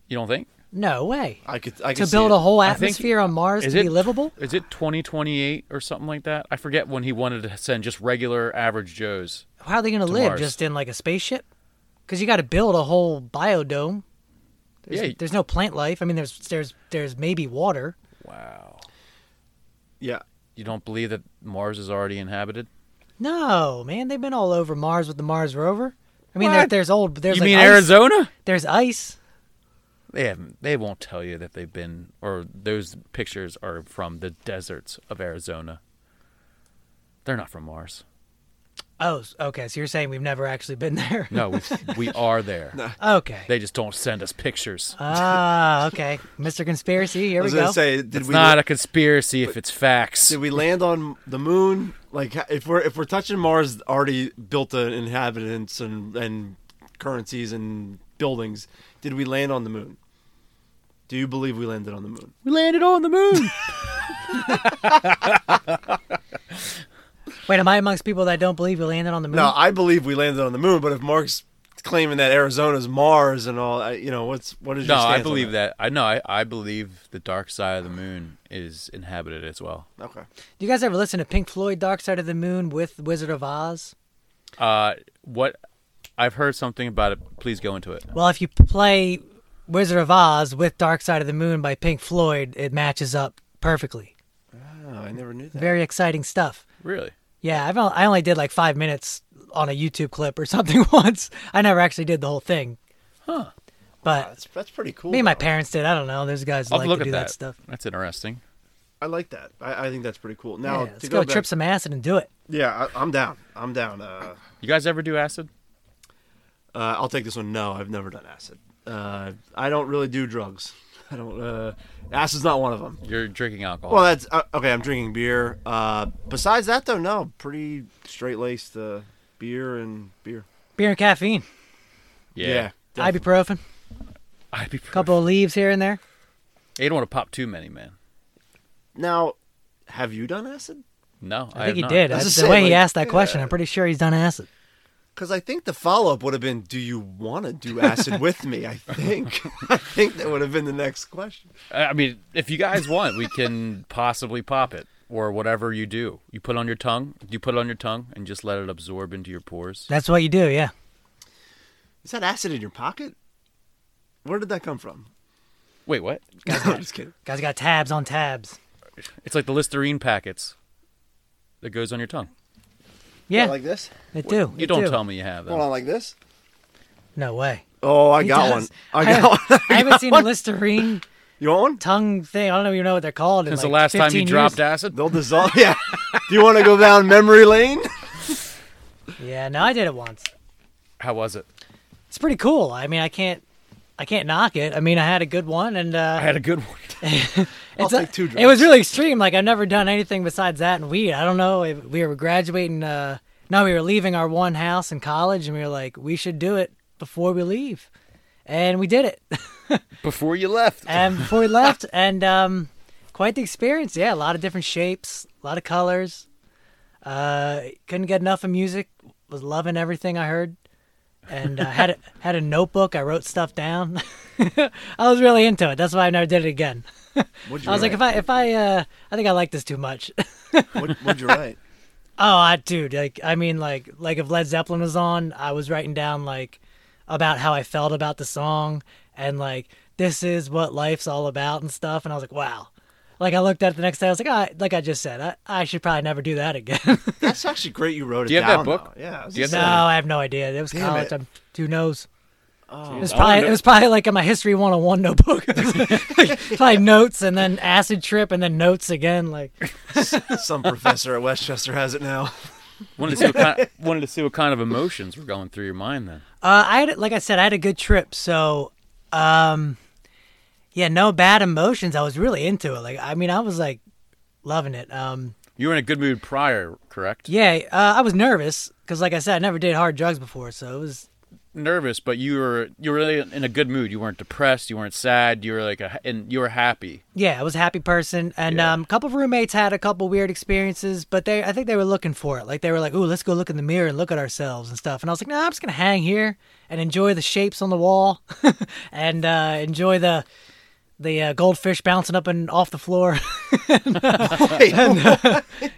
Speaker 2: You don't think?
Speaker 1: No way.
Speaker 3: I could, I could
Speaker 1: to build a whole
Speaker 2: I think-
Speaker 1: Oh, atmosphere on Mars to be livable?
Speaker 2: Is it 2028 or something like that? I forget when he wanted to send just regular average Joes.
Speaker 1: How are they going to live?
Speaker 2: Mars.
Speaker 1: Just in like a spaceship? Because you got to build a whole biodome. There's,
Speaker 2: Yeah.
Speaker 1: there's no plant life. I mean, there's there's there's maybe water.
Speaker 2: Wow.
Speaker 3: Yeah.
Speaker 2: You don't believe that Mars is already inhabited?
Speaker 1: No, man, they've been all over Mars with the Mars rover. I mean, there,
Speaker 2: What?
Speaker 1: there's old. There's
Speaker 2: you
Speaker 1: like
Speaker 2: mean
Speaker 1: ice.
Speaker 2: Arizona?
Speaker 1: There's ice.
Speaker 2: They haven't. They won't tell you that they've been, or those pictures are from the deserts of Arizona. They're not from Mars.
Speaker 1: Oh, s- okay. So you're saying we've never actually been there?
Speaker 2: No, we, we are there.
Speaker 1: Okay.
Speaker 2: They just don't send us pictures.
Speaker 1: Ah, okay. Mr. Conspiracy, here
Speaker 3: I
Speaker 1: we
Speaker 3: was going
Speaker 1: go.
Speaker 3: to say, did
Speaker 2: it's
Speaker 3: we,
Speaker 2: not a conspiracy if it's facts.
Speaker 3: did we land on the moon? Like, h- if we're, if we're touching Mars, already built in inhabitants and, and currencies and buildings, did we land on the moon? Do you believe we landed on the moon?
Speaker 2: we landed on the moon.
Speaker 1: Wait, am I amongst people that don't believe we landed on the moon?
Speaker 3: No, I believe we landed on the moon, but if Mark's claiming that Arizona's Mars and all, I- you know, what's, what is your
Speaker 2: No, I
Speaker 3: stance on
Speaker 2: believe that. I know. I, I believe the dark side of the moon is inhabited as well.
Speaker 3: that? Okay.
Speaker 1: Do you guys ever listen to Pink Floyd Dark Side of the Moon with Wizard of Oz?
Speaker 2: Uh, what I've heard something about it. Please go into it.
Speaker 1: Well, if you play Wizard of Oz with Dark Side of the Moon by Pink Floyd, it matches up perfectly.
Speaker 3: Oh, I never knew that.
Speaker 1: Very exciting stuff.
Speaker 2: Really?
Speaker 1: Yeah, I've, on- I only did like five minutes on a YouTube clip or something once. I never actually did the whole thing.
Speaker 2: Huh.
Speaker 1: But
Speaker 3: That's that's pretty cool.
Speaker 1: me and my
Speaker 3: though.
Speaker 1: parents did. I don't know. There's guys
Speaker 2: I'll
Speaker 1: like
Speaker 2: look
Speaker 1: to
Speaker 2: at
Speaker 1: do
Speaker 2: that.
Speaker 1: that, stuff.
Speaker 2: That's interesting.
Speaker 3: I like that. I, I think that's pretty cool. Now
Speaker 1: yeah, let's
Speaker 3: to
Speaker 1: go,
Speaker 3: go, back,
Speaker 1: trip some acid and do it.
Speaker 3: Yeah, I, I'm down. I'm down. Uh,
Speaker 2: You guys ever do acid?
Speaker 3: Uh, I'll take this one. No, I've never done acid. Uh, I don't really do drugs. I don't. Uh, acid's not one of them.
Speaker 2: You're drinking alcohol.
Speaker 3: Well, that's uh, okay. I'm drinking beer. Uh, besides that, though, no, pretty straight laced uh, beer and beer.
Speaker 1: Beer and caffeine,
Speaker 2: yeah.
Speaker 3: definitely.
Speaker 1: ibuprofen,
Speaker 2: I'd be
Speaker 1: a couple of leaves here and there.
Speaker 2: You don't want to pop too many, man.
Speaker 3: now, have you done acid?
Speaker 2: No,
Speaker 1: I think
Speaker 2: have
Speaker 1: he
Speaker 2: not.
Speaker 1: did.
Speaker 3: I was
Speaker 1: That's the
Speaker 3: just saying,
Speaker 1: way he
Speaker 3: like,
Speaker 1: asked that question.
Speaker 3: yeah.
Speaker 1: I'm pretty sure he's done acid.
Speaker 3: Because I think the follow up would have been, "Do you want to do acid with me?" I think. I think that would have been the next question.
Speaker 2: I I mean, if you guys want, we can possibly pop it or whatever you do. You put it on your tongue. You put it on your tongue and just let it absorb into your pores.
Speaker 1: That's what you do, yeah.
Speaker 3: Is that acid in your pocket? Where did that come from?
Speaker 2: Wait, what?
Speaker 3: No, I'm just kidding.
Speaker 1: Guys got tabs on tabs.
Speaker 2: It's like the Listerine packets that goes on your tongue.
Speaker 1: Yeah,
Speaker 3: like this.
Speaker 1: it do.
Speaker 2: You
Speaker 1: it
Speaker 2: don't
Speaker 1: do.
Speaker 2: tell me you have
Speaker 3: Hold
Speaker 2: them.
Speaker 3: on, like this.
Speaker 1: No way.
Speaker 3: Oh, I
Speaker 1: He
Speaker 3: got
Speaker 1: does.
Speaker 3: one. I got one.
Speaker 1: I haven't seen a Listerine
Speaker 3: You want one?
Speaker 1: tongue thing. I don't even know what they're called. in,
Speaker 2: Since
Speaker 1: like,
Speaker 2: the last time you
Speaker 1: 15
Speaker 2: dropped
Speaker 1: years.
Speaker 2: acid?
Speaker 3: They'll dissolve. Yeah. Do you want to go down memory lane?
Speaker 1: Yeah, no, I did it once.
Speaker 2: How was it?
Speaker 1: It's pretty cool. I mean, I can't, I can't knock it. I mean, I had a good one, and uh,
Speaker 2: I had a good one.
Speaker 3: I'll
Speaker 1: It's a-
Speaker 3: take two
Speaker 1: It was
Speaker 3: drugs.
Speaker 1: really extreme. Like I've never done anything besides that and weed. I don't know. If we were graduating. Uh, no, we were leaving our one house in college, and we were like, we should do it before we leave, and we did it.
Speaker 2: Before you left.
Speaker 1: and Um, before we left, and um, quite the experience. Yeah, a lot of different shapes, a lot of colors. Uh, couldn't get enough of music. Was loving everything I heard, and uh, had a, had a notebook. I wrote stuff down. I was really into it. That's why I never did it again.
Speaker 3: What'd you
Speaker 1: I was like, if I if I uh, I think I like this too much. oh,
Speaker 3: what, what'd you write?
Speaker 1: I dude, like I mean, like like if Led Zeppelin was on, I was writing down like about how I felt about the song and like this is what life's all about and stuff. And I was like, wow. Like I looked at it the next day, I was like, I like I just said, I, I should probably never do that again. no,
Speaker 3: That's actually great. You wrote it
Speaker 2: Do you have that
Speaker 3: down,
Speaker 2: book?
Speaker 3: though. Yeah. I was
Speaker 2: Do you
Speaker 3: just-
Speaker 2: have that?
Speaker 1: I have no idea. It was
Speaker 3: Damn
Speaker 1: college.
Speaker 3: it. Oh.
Speaker 1: I'm who knows. It was
Speaker 2: I
Speaker 1: probably
Speaker 2: wonder-
Speaker 1: it was probably like in my history 101 notebook. probably notes and then acid trip and then notes again. Like
Speaker 3: Some professor at Westchester has it now.
Speaker 2: wanted, to see what kind wanted to see what kind of emotions were going through your mind then.
Speaker 1: Uh, I had, like I said, I had a good trip. So, um, yeah, no bad emotions. I was really into it. Like, I mean, I was like loving it. Um,
Speaker 2: You were in a good mood prior, correct?
Speaker 1: yeah, uh, I was nervous because, like I said, I never did hard drugs before, so it was
Speaker 2: nervous, but you were you were really in a good mood. You weren't depressed. You weren't sad. You were like a, and you were happy.
Speaker 1: yeah, I was a happy person. And
Speaker 2: Yeah.
Speaker 1: um, a couple of roommates had a couple weird experiences, but they, I think they were looking for it. Like they were like, "Ooh, let's go look in the mirror and look at ourselves and stuff." And I was like, "No, nah, I'm just gonna hang here and enjoy the shapes on the wall, and uh, enjoy the." The uh, goldfish bouncing up and off the floor.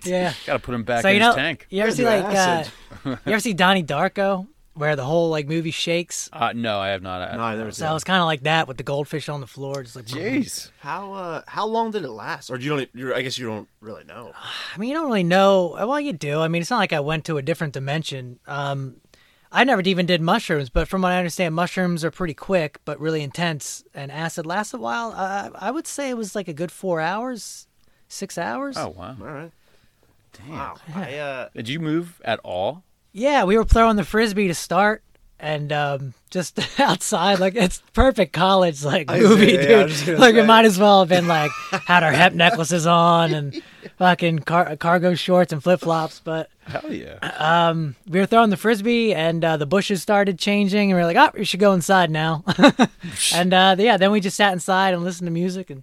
Speaker 1: yeah.
Speaker 2: Got to put him back
Speaker 1: so
Speaker 2: in
Speaker 1: you
Speaker 2: his
Speaker 1: know,
Speaker 2: tank.
Speaker 1: you ever see
Speaker 3: Your
Speaker 1: like uh,
Speaker 3: acid.
Speaker 1: you ever see Donnie Darko, where the whole like movie shakes.
Speaker 2: Uh, no, I have not. I,
Speaker 3: no, there's
Speaker 1: So it was kind of like that with the goldfish on the floor, just like.
Speaker 2: Jeez,
Speaker 3: How uh, how long did it last? Or do you don't? e, You're, I guess you don't really know.
Speaker 1: I mean, you don't really know. Well, you do. I mean, it's not like I went to a different dimension. Um, I never even did mushrooms, but from what I understand, mushrooms are pretty quick but really intense, and acid lasts a while. Uh, I would say it was like a good four hours, six hours.
Speaker 2: oh wow.
Speaker 3: All right. Damn. Wow. I, uh,
Speaker 2: Did you move at all?
Speaker 1: Yeah, we were throwing the frisbee to start, and um, just outside, like it's perfect college like
Speaker 3: I
Speaker 1: movie,
Speaker 3: see, yeah, I
Speaker 1: dude.
Speaker 3: was just gonna
Speaker 1: like we
Speaker 3: say.
Speaker 1: might as well have been like had our hemp necklaces on and fucking car- cargo shorts and flip flops. But
Speaker 2: Hell yeah.
Speaker 1: we were throwing the frisbee, and uh, the bushes started changing, and we were like, "Oh, we should go inside now." and uh, yeah, then we just sat inside and listened to music, and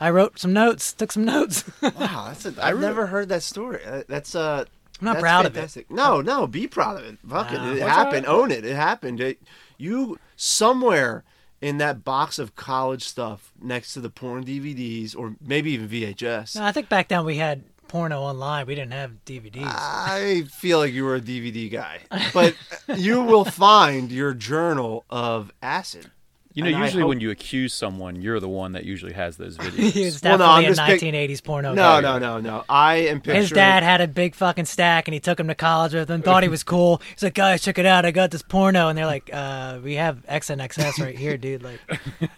Speaker 1: I wrote some notes, took some notes.
Speaker 3: wow. That's a, I've
Speaker 2: really-
Speaker 3: never heard that story. Uh, That's uh.
Speaker 1: I'm not
Speaker 3: that's
Speaker 1: proud of it.
Speaker 3: fantastic. of it. No, no, be proud of it. Fuck
Speaker 1: Nah.
Speaker 3: it. It
Speaker 2: What's
Speaker 3: happened.
Speaker 2: that?
Speaker 3: Own it. It happened. It- you somewhere in that box of college stuff next to the porn DVDs or maybe even VHS.
Speaker 1: no, I think back then we had porno online. We didn't have DVDs.
Speaker 3: Uh, I feel like you were a DVD guy, but you will find your journal of acid.
Speaker 2: You know,
Speaker 3: And I
Speaker 2: usually
Speaker 3: hope-
Speaker 2: when you accuse someone, you're the one that usually has those
Speaker 1: He
Speaker 2: videos.
Speaker 1: was
Speaker 3: Well, no,
Speaker 1: definitely
Speaker 3: I'm
Speaker 1: a
Speaker 3: just pick-
Speaker 1: 1980s porno.
Speaker 3: No,
Speaker 1: guy.
Speaker 3: no, no, no. I am picturing
Speaker 1: His dad had a big fucking stack, and he took him to college with him. Thought he was cool. He's like, guys, check it out. I got this porno, and they're like, uh, we have X and XS right here, dude. Like,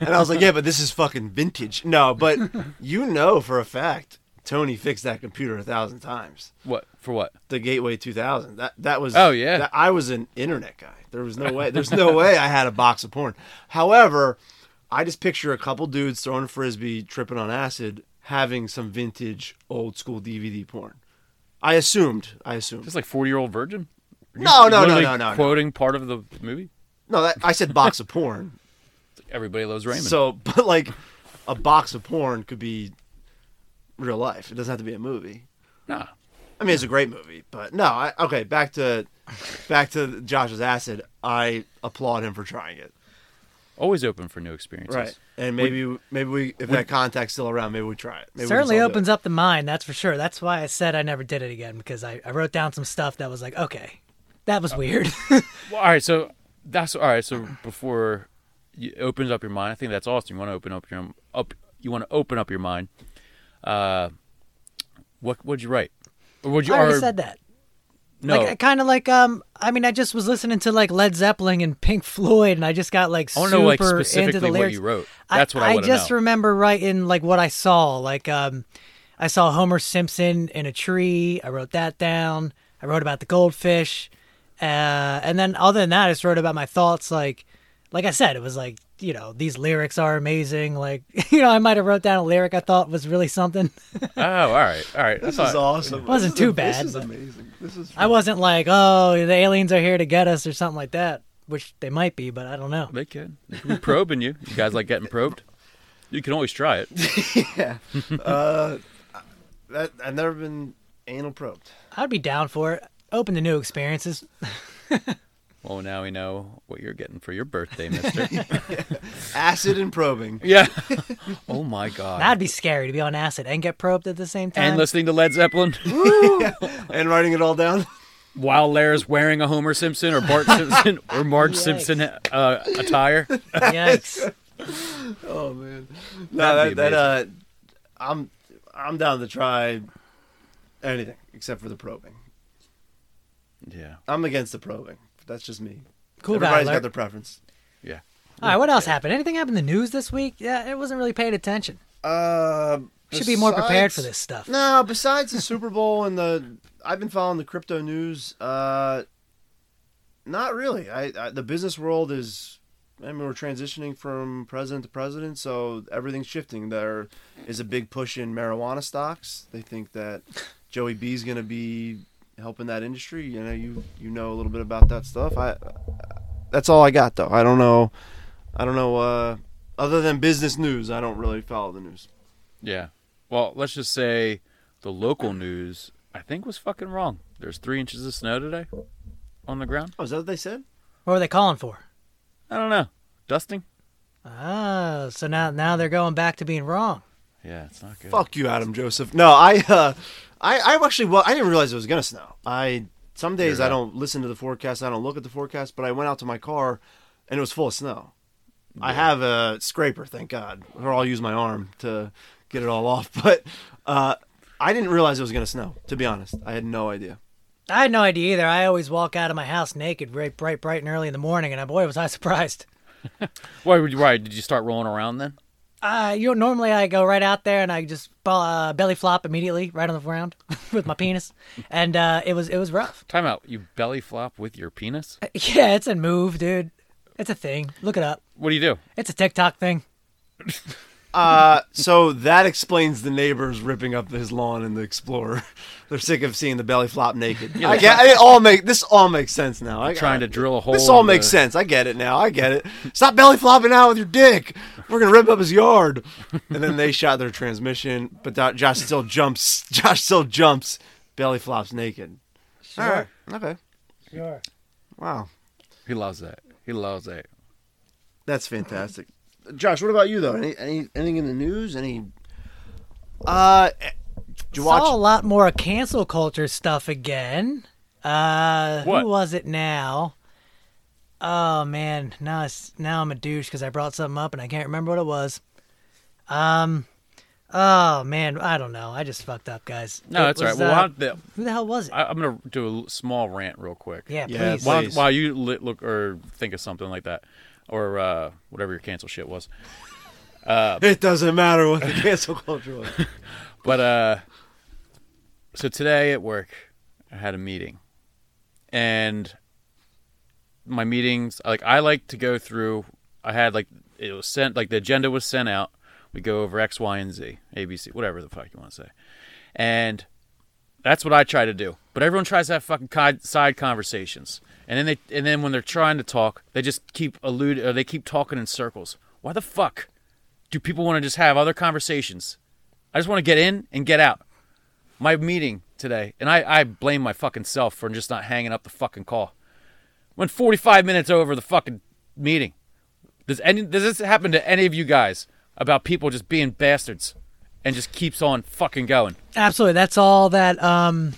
Speaker 3: And I was like, yeah, but this is fucking vintage. No, but you know for a fact Tony fixed that computer a thousand times.
Speaker 2: what for what?
Speaker 3: The Gateway 2000. That that was.
Speaker 2: Oh, yeah.
Speaker 3: that- I was an internet guy. There was no way. There's no way I had a box of porn. However, I just picture a couple dudes throwing a frisbee, tripping on acid, having some vintage old school DVD porn. I assumed. I assumed.
Speaker 2: Just like forty year old virgin? Are you
Speaker 3: No, no, no,
Speaker 2: literally
Speaker 3: no, no, no.
Speaker 2: Quoting part of the movie.
Speaker 3: No, that, I said box of porn.
Speaker 2: Everybody loves Raymond.
Speaker 3: So, but like a box of porn could be real life. It doesn't have to be a movie.
Speaker 2: nah,
Speaker 3: I mean, it's a great movie, but no. I, okay, back to back to Josh's acid. I applaud him for trying it.
Speaker 2: always open for new experiences.
Speaker 3: And maybe maybe we if that contact's still around, maybe we try it. Maybe we
Speaker 1: certainly
Speaker 3: just all do
Speaker 1: opens
Speaker 3: it.
Speaker 1: up the mind. That's for sure. That's why I said I never did it again because I, I wrote down some stuff that was like, okay, that
Speaker 2: Uh,
Speaker 1: was weird.
Speaker 2: Well, all right. So that's all right. So before you it opens up your mind, I think that's awesome. You want to open up your up. You want to open up your mind. Uh, what would you write? Or would you?
Speaker 1: I already
Speaker 2: or-
Speaker 1: said that.
Speaker 2: No.
Speaker 1: Like kind of like um, I mean, I just was listening to like Led Zeppelin and Pink Floyd, and I just got like
Speaker 2: I
Speaker 1: super
Speaker 2: want to know like
Speaker 1: into
Speaker 2: specifically
Speaker 1: the
Speaker 2: what
Speaker 1: lyrics.
Speaker 2: you wrote.
Speaker 1: I-
Speaker 2: That's what I,
Speaker 1: I
Speaker 2: want to
Speaker 1: just
Speaker 2: know.
Speaker 1: remember writing like what I saw. Like um, I saw Homer Simpson in a tree. I wrote that down. I wrote about the goldfish, uh, and then other than that, I just wrote about my thoughts. Like, like I said, it was like you know these lyrics are amazing. Like you know, I might have wrote down a lyric I thought was really something.
Speaker 2: oh, all right, all right.
Speaker 3: This
Speaker 2: I thought-
Speaker 3: is awesome.
Speaker 1: wasn't
Speaker 3: This is-
Speaker 1: too bad,
Speaker 3: This is
Speaker 1: but-
Speaker 3: amazing. This is.
Speaker 1: I wasn't like, oh, the aliens are here to get us or something like that, which they might be, but I don't know.
Speaker 2: They could. They could be probing you. You guys like getting probed? You can always try it.
Speaker 3: That, I've never been anal probed.
Speaker 1: I'd be down for it. Open to new experiences.
Speaker 2: Well, now we know what you're getting for your birthday, mister.
Speaker 3: Acid and probing.
Speaker 2: yeah. Oh, my God.
Speaker 1: That'd be scary to be on acid and get probed at the same time.
Speaker 2: and listening to Led Zeppelin
Speaker 3: and writing it all down.
Speaker 2: while Lara's wearing a Homer Simpson or Bart Simpson or Marge Simpson uh, attire.
Speaker 1: Yikes.
Speaker 3: Oh man, no, that,
Speaker 2: That'd be
Speaker 3: that uh, I'm I'm down to try anything except for the probing.
Speaker 2: Yeah.
Speaker 3: I'm against the probing. That's just me.
Speaker 1: Cool guy
Speaker 3: Everybody's
Speaker 1: alert.
Speaker 3: got their preference.
Speaker 2: Yeah.
Speaker 1: All right, what else happened? Anything happened in the news this week? Yeah, it wasn't really paying attention.
Speaker 3: Uh,
Speaker 1: Should be more prepared
Speaker 3: besides-
Speaker 1: for this stuff.
Speaker 3: No, besides the Super Bowl and the, I've been following the crypto news. Uh, not really. I, I the business world is. I mean, we're transitioning from president to president, so everything's shifting. There is a big push in marijuana stocks. They think that Joey B's going to be helping that industry. You know, you you know a little bit about that stuff. I that's all I got though. I don't know. I don't know. Uh, other than business news, I don't really follow the news.
Speaker 2: Yeah. Well, let's just say the local news, I think, was fucking wrong. There's three inches of snow today on the ground.
Speaker 3: Oh, is that what they said?
Speaker 1: What were they calling for?
Speaker 2: I don't know. Dusting?
Speaker 1: Oh, so now now they're going back to being wrong.
Speaker 2: Yeah, it's not good.
Speaker 3: Fuck you, Adam Joseph. No, I, uh, I, I actually, well, I didn't realize it was gonna snow. I some days
Speaker 2: Yeah.
Speaker 3: I don't listen to the forecast, I don't look at the forecast, but I went out to my car, and it was full of snow. I have a scraper, thank God, or I'll use my arm to get it all off. But uh, I didn't realize it was gonna snow. To be honest, I had no idea.
Speaker 1: I had no idea either. I always walk out of my house naked, right, bright, bright and early in the morning, and I, boy, was I surprised.
Speaker 2: Why, would you- why? Did you start rolling around then?
Speaker 1: Uh, you know, normally I go right out there and I just uh, belly flop immediately right on the ground with my penis, and uh, it was it was rough.
Speaker 2: Time out. You belly flop with your penis?
Speaker 1: Yeah, it's a move, dude. It's a thing. Look it up.
Speaker 2: What do you do?
Speaker 1: It's a TikTok thing.
Speaker 3: Uh, so that explains the neighbors ripping up his lawn in the Explorer. They're sick of seeing the belly flop naked. I get, it all make this all makes sense now. I,
Speaker 2: Trying to drill a hole.
Speaker 3: This all
Speaker 2: in the-
Speaker 3: makes sense. I get it now. I get it. Stop belly flopping out with your dick. We're gonna rip up his yard. And then they shot their transmission, but Do- Josh still jumps. Josh still jumps. Belly flops naked. All right. Okay.
Speaker 1: Sure.
Speaker 3: Wow.
Speaker 2: He loves that. He loves that.
Speaker 3: That's fantastic. Josh, what about you though? Any, any anything in the news? Any? Uh, do you watch?
Speaker 1: Saw a lot more cancel culture stuff again. Uh,
Speaker 2: What?
Speaker 1: who was it now? Oh man, now it's, now I'm a douche because I brought something up and I can't remember what it was. Um, oh man, I don't know. I just fucked up, guys.
Speaker 2: No,
Speaker 1: It
Speaker 2: that's all right.
Speaker 1: was,
Speaker 2: Well,
Speaker 1: uh,
Speaker 2: why don't
Speaker 1: who the hell was it?
Speaker 2: the- I, I'm gonna do a l- small rant real quick.
Speaker 1: yeah,
Speaker 3: Yeah,
Speaker 1: please.
Speaker 2: While,
Speaker 3: Please.
Speaker 2: while you li- look or think of something like that, or uh, whatever your cancel shit was.
Speaker 3: It doesn't matter what the cancel culture was.
Speaker 2: But uh so today at work I had a meeting. And my meetings like I like to go through I had like it was sent like the agenda was sent out. We go over X, Y, and Z, A B C, whatever the fuck you want to say. And that's what I try to do. But everyone tries to have fucking ki- side conversations, and then they and then when they're trying to talk, they just keep allude or they keep talking in circles. Why the fuck do people want to just have other conversations? I just want to get in and get out. My meeting today, and I, I blame my fucking self for just not hanging up the fucking call. Went 45 minutes over the fucking meeting. Does any does this happen to any of you guys about people just being bastards and just keeps on fucking going?
Speaker 1: Absolutely. That's all that um,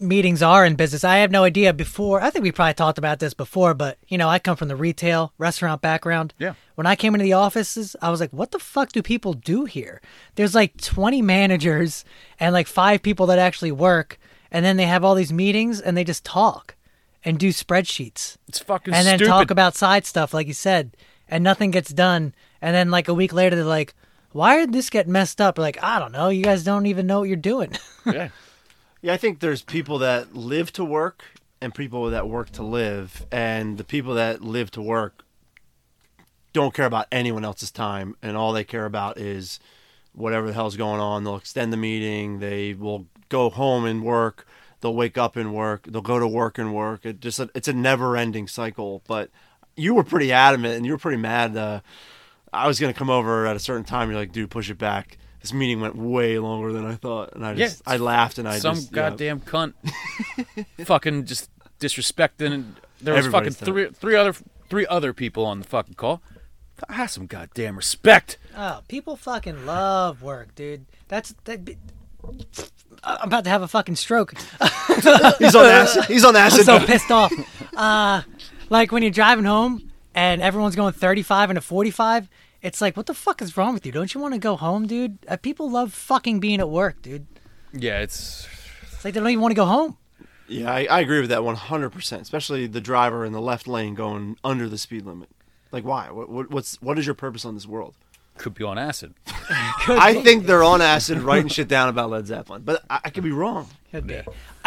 Speaker 1: meetings are in business. I have no idea before. I think we probably talked about this before, but you know, I come from the retail restaurant background.
Speaker 2: Yeah.
Speaker 1: When I came into the offices, I was like, what the fuck do people do here? There's like 20 managers and like five people that actually work. And then they have all these meetings and they just talk and do spreadsheets
Speaker 2: It's fucking
Speaker 1: and then
Speaker 2: stupid.
Speaker 1: talk about side stuff like you said and nothing gets done and then like a week later they're like why did this get messed up like i don't know you guys don't even know what you're doing
Speaker 2: yeah.
Speaker 3: Yeah, I think there's people that live to work and people that work to live, and the people that live to work don't care about anyone else's time, and all they care about is whatever the hell's going on. They'll extend the meeting. They will go home and work. They'll wake up and work. They'll go to work and work. It just it's a never-ending cycle. But you were pretty adamant, and you were pretty mad. Uh, I was gonna come over at a certain time. You're like, dude, push it back. This meeting went way longer than I thought, and I
Speaker 2: Yeah,
Speaker 3: just I laughed and I
Speaker 2: Some
Speaker 3: just, yeah.
Speaker 2: goddamn cunt fucking just disrespecting there was
Speaker 3: Everybody's
Speaker 2: fucking three
Speaker 3: done
Speaker 2: three other three other people on the fucking call. I have some goddamn respect.
Speaker 1: oh people fucking love work dude that's that be- I- i'm about to have a fucking stroke
Speaker 3: He's on acid. He's on
Speaker 1: i'm
Speaker 3: acid.
Speaker 1: so pissed off uh like when you're driving home and everyone's going 35 and a 45 it's like what the fuck is wrong with you don't you want to go home dude uh, people love fucking being at work dude
Speaker 2: Yeah, it's
Speaker 1: it's like they don't even want to go home
Speaker 3: yeah, I, I agree with that 100%, especially the driver in the left lane going under the speed limit. Like, why? What, what, what's, what is your purpose on this world?
Speaker 2: could be on acid.
Speaker 3: I think they're on acid writing shit down about Led Zeppelin, but I, I could be wrong.
Speaker 1: Could be. All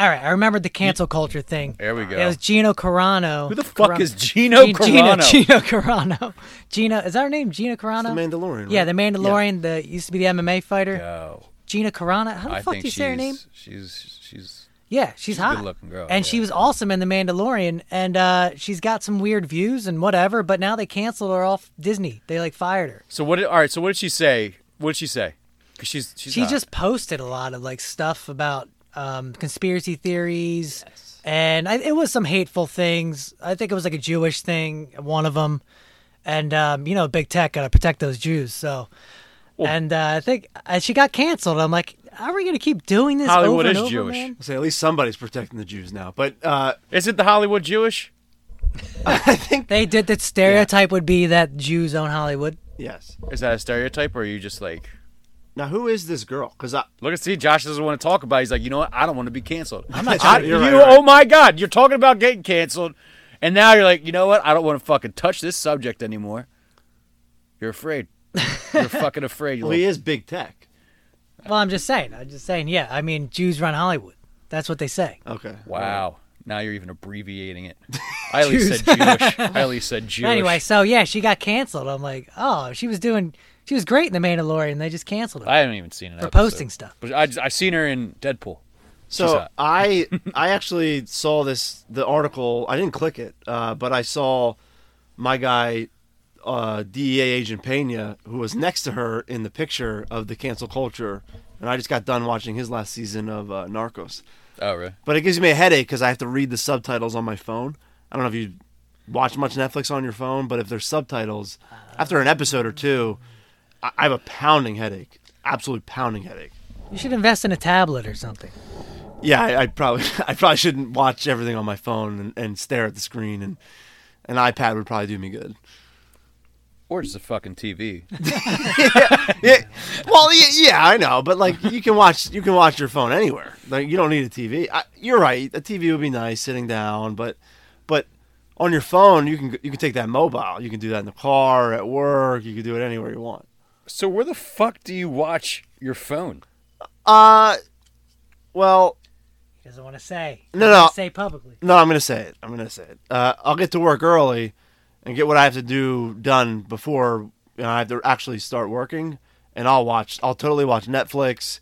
Speaker 1: right, I remembered the cancel culture thing.
Speaker 2: There we go.
Speaker 1: It was Gino Carano.
Speaker 2: Who the fuck
Speaker 1: Carra-
Speaker 2: is Gino
Speaker 1: Gino- Gino,
Speaker 2: Carano?
Speaker 1: Gino Carano. Gino, is that her name? Gina Carano.
Speaker 3: The Mandalorian. Right?
Speaker 1: Yeah, the Mandalorian. The used to be the MMA fighter.
Speaker 2: Oh,
Speaker 1: Gina Carano. How the
Speaker 2: I
Speaker 1: fuck
Speaker 2: think
Speaker 1: do you
Speaker 2: she's,
Speaker 1: say her name?
Speaker 2: she's she's
Speaker 1: Yeah, she's,
Speaker 2: a
Speaker 1: hot.
Speaker 2: good-looking girl,
Speaker 1: And
Speaker 2: yeah.
Speaker 1: she was awesome in the Mandalorian, and uh, she's got some weird views and whatever. But now they canceled her off Disney. They like fired her.
Speaker 2: So what? Did, all right. So what did she say? What did she say? 'Cause she's she's
Speaker 1: she
Speaker 2: hot.
Speaker 1: just posted a lot of like stuff about um, conspiracy theories and I, it was some hateful things i think it was like a jewish thing one of them and um, you know big tech gotta protect those jews so and uh, i think uh, she got canceled i'm like are we gonna keep doing this
Speaker 2: Hollywood
Speaker 1: over and
Speaker 2: is
Speaker 1: over,
Speaker 2: Jewish.
Speaker 1: man?
Speaker 3: I'll say at least somebody's protecting the Jews now, but uh,
Speaker 2: is it the Hollywood Jewish?
Speaker 1: they did that stereotype would be that jews own hollywood
Speaker 3: yes.
Speaker 2: Is that a stereotype, or are you just like?
Speaker 3: Now, who is this girl? Because I,
Speaker 2: Look at see, Josh doesn't want to talk about. it. He's like, you know what? I don't want to be canceled. I'm
Speaker 3: not sure.
Speaker 2: you
Speaker 3: You're right, you're right.
Speaker 2: oh my god, you're talking about getting canceled, and now you're like, you know what? I don't want to fucking touch this subject anymore. You're afraid. You're fucking afraid. You
Speaker 3: well, he
Speaker 2: little-
Speaker 3: is big tech.
Speaker 1: well i'm just saying i'm just saying yeah i mean jews run hollywood that's what they say
Speaker 3: Okay.
Speaker 2: wow. Now you're even abbreviating it. I at least said Jewish. I at least said Jewish.
Speaker 1: Anyway, so yeah, she got canceled. I'm like, oh, she was doing, she was great in The Mandalorian. They just canceled her
Speaker 2: I haven't even seen it.
Speaker 1: for posting stuff.
Speaker 2: But I I seen her in Deadpool. She's
Speaker 3: So
Speaker 2: hot.
Speaker 3: I I actually saw this the article. I didn't click it, uh, but I saw my guy uh, DEA agent Pena, who was next to her in the picture of the cancel culture, and I just got done watching his last season of uh, Narcos.
Speaker 2: Oh really?
Speaker 3: But it gives me a headache because I have to read the subtitles on my phone. I don't know if you watch much Netflix on your phone, but if there's subtitles after an episode or two, I, I have a pounding headache, absolute pounding headache.
Speaker 1: You should invest in a tablet or something.
Speaker 3: Yeah, I, I probably I probably shouldn't watch everything on my phone and, and stare at the screen and an iPad would probably do me good.
Speaker 2: Or just a fucking TV.
Speaker 3: Yeah, well, yeah, yeah, I know, but like you can watch you can watch your phone anywhere. Like you don't need a TV. I, you're right. A TV would be nice sitting down, but but on your phone you can you can take that mobile. You can do that in the car, at work. You can do it anywhere you want.
Speaker 2: So where the fuck do you watch your phone?
Speaker 3: Uh, well,
Speaker 1: He doesn't want to say. He
Speaker 3: No,
Speaker 1: doesn't
Speaker 3: no.
Speaker 1: Say publicly.
Speaker 3: no, I'm gonna say it. I'm gonna say it. Uh, I'll get to work early and get what I have to do done before you know, I have to actually start working. And I'll watch. I'll totally watch Netflix.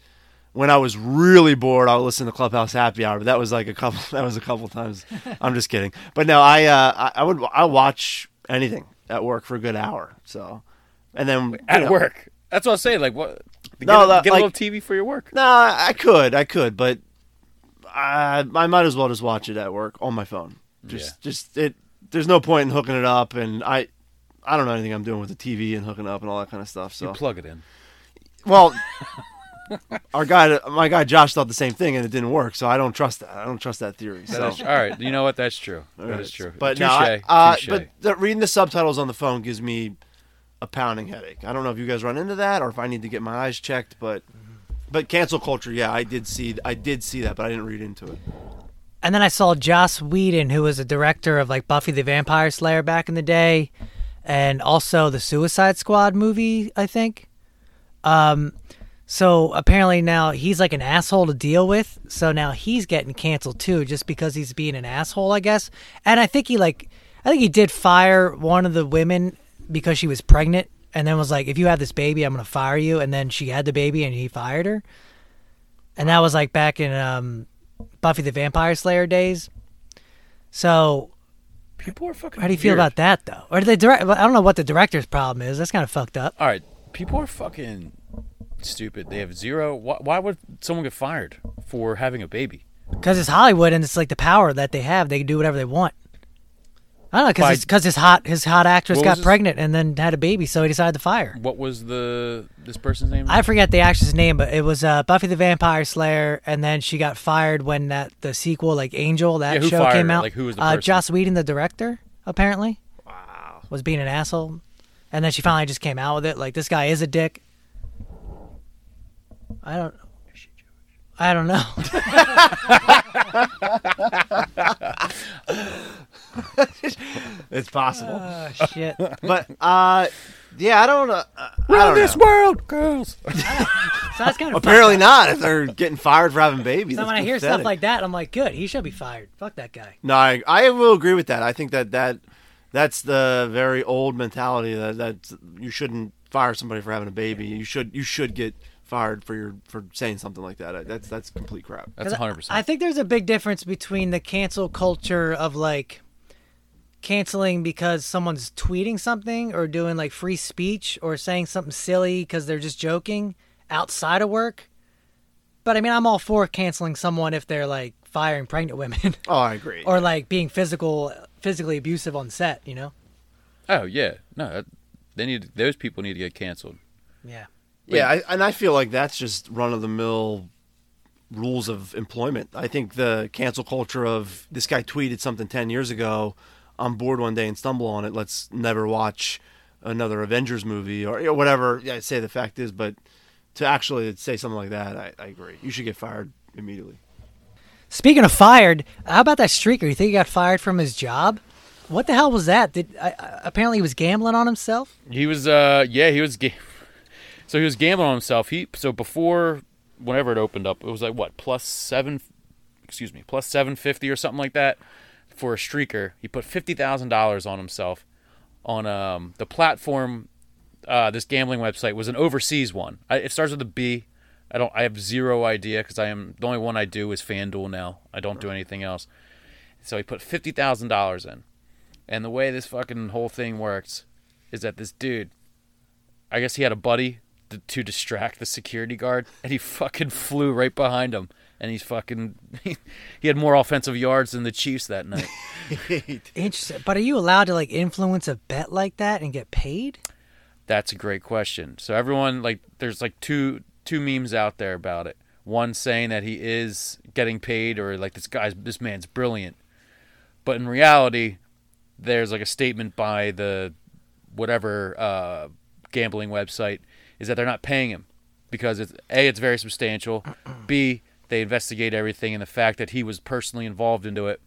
Speaker 3: When I was really bored, I'll listen to Clubhouse Happy Hour. But that was like a couple. That was a couple times. I'm just kidding. But no, I uh, I, I would I watch anything at work for a good hour. So, and then
Speaker 2: At
Speaker 3: you know,
Speaker 2: work. That's what I'm saying. Like what? Get,
Speaker 3: No,
Speaker 2: a-
Speaker 3: that-
Speaker 2: get a
Speaker 3: like-
Speaker 2: little TV for your work.
Speaker 3: No, I could, I could, but I, I might as well just watch it at work on my phone. Just, just it. There's no point in hooking it up, and I, I don't know anything I'm doing with the TV and hooking up and all that kind of stuff. So,
Speaker 2: You plug it in.
Speaker 3: well, our guy, my guy Josh, thought the same thing, and it didn't work. So I don't trust that. I don't trust that theory.
Speaker 2: That
Speaker 3: so.
Speaker 2: is- all right. You know what? That's true.
Speaker 3: All
Speaker 2: That is
Speaker 3: right.
Speaker 2: true.
Speaker 3: But
Speaker 2: touche,
Speaker 3: no, I- uh,
Speaker 2: touche.
Speaker 3: but the, reading the subtitles on the phone gives me a pounding headache. I don't know if you guys run into that or if I need to get my eyes checked, but but cancel culture, yeah, I did see I did see that, but I didn't read into it.
Speaker 1: And then I saw Joss Whedon, who was a director of like Buffy the Vampire Slayer back in the day, and also the Suicide Squad movie, I think. Um, so apparently now he's like an asshole to deal with. So now he's getting canceled too, just because he's being an asshole, I guess. And I think he like, I think he did fire one of the women because she was pregnant, and then was like, "If you have this baby, I'm gonna fire you." And then she had the baby, and he fired her. And that was like back in um, Buffy the Vampire Slayer days. So
Speaker 2: people are fucking.
Speaker 1: how do you feel about that though? Or do they direct? I don't know what the director's problem is. That's kind of fucked up.
Speaker 2: All right. People are fucking stupid. They have zero. Why, why would someone get fired for having a baby?
Speaker 1: Because it's Hollywood, and it's like the power that they have. They can do whatever they want. I don't know
Speaker 2: By-
Speaker 1: because because his hot his hot actress
Speaker 2: What was
Speaker 1: got
Speaker 2: his-
Speaker 1: pregnant and then had a baby, so he decided to fire. her.
Speaker 2: What was the this person's name?
Speaker 1: I forget the actress' name, but it was uh, Buffy the Vampire Slayer, and then she got fired when that the sequel, like Angel, that
Speaker 2: Yeah, who
Speaker 1: show
Speaker 2: fired
Speaker 1: came
Speaker 2: her?
Speaker 1: out.
Speaker 2: Like, who was the
Speaker 1: uh,
Speaker 2: person?
Speaker 1: Joss Whedon, the director, apparently. Wow. Was being an asshole, and then she finally just came out with it. Like this guy is a dick. I don't. I don't know.
Speaker 3: It's possible.
Speaker 1: oh, shit.
Speaker 3: but uh yeah, I don't uh, I
Speaker 2: Run
Speaker 3: don't
Speaker 2: this
Speaker 3: know.
Speaker 2: world, girls.
Speaker 1: So that's kind of
Speaker 3: Apparently not if they're getting fired for having babies.
Speaker 1: So when I hear stuff like that, I'm like, good, he should be fired. Fuck that guy.
Speaker 3: No, I, I will agree with that. I think that that that's the very old mentality that that you shouldn't fire somebody for having a baby. You should you should get fired for your for saying something like that. That's that's complete crap.
Speaker 2: That's
Speaker 1: 'Cause I-
Speaker 2: 100.
Speaker 1: I
Speaker 2: percent
Speaker 1: think there's a big difference between the cancel culture of like canceling because someone's tweeting something or doing like free speech or saying something silly because they're just joking outside of work. But I mean, I'm all for canceling someone if they're like firing pregnant women
Speaker 3: Oh, I agree.
Speaker 1: or like being physical, physically abusive on set. You know?
Speaker 2: Oh yeah, no. that- They need those people need to get canceled.
Speaker 1: Yeah.
Speaker 3: yeah, I, and I feel like that's just run of the mill rules of employment. I think the cancel culture of this guy tweeted something 10 years ago, I'm bored one day and stumble on it, let's never watch another Avengers movie or you know, whatever. Yeah, I say the fact is, but to actually say something like that, I, I agree. You should get fired immediately.
Speaker 1: Speaking of fired, how about that streaker? You think he got fired from his job? What the hell was that? Did I, I, apparently he was gambling on himself?
Speaker 2: He was, uh, yeah, he was. Ga- so he was gambling on himself. He so before whenever it opened up, it was like what plus seven, excuse me, plus seven fifty or something like that for a streaker. He put fifty thousand dollars on himself on um the platform. Uh, this gambling website was an overseas one. I, it starts with a B. I don't. I have zero idea because I am the only one I do is FanDuel now. I don't do anything else. So he put fifty thousand dollars in. And the way this fucking whole thing works is that this dude, I guess he had a buddy to, to distract the security guard, and he fucking flew right behind him. And he's fucking, he, had more offensive yards than the Chiefs that night.
Speaker 1: Interesting. But are you allowed to like influence a bet like that and get paid?
Speaker 2: That's a great question. So everyone, like, there's like two two memes out there about it. One saying that he is getting paid, or like this guy's, this man's brilliant. But in reality, there's like a statement by the whatever uh, gambling website is that they're not paying him because it's a it's very substantial. B they investigate everything and the fact that he was personally involved into it.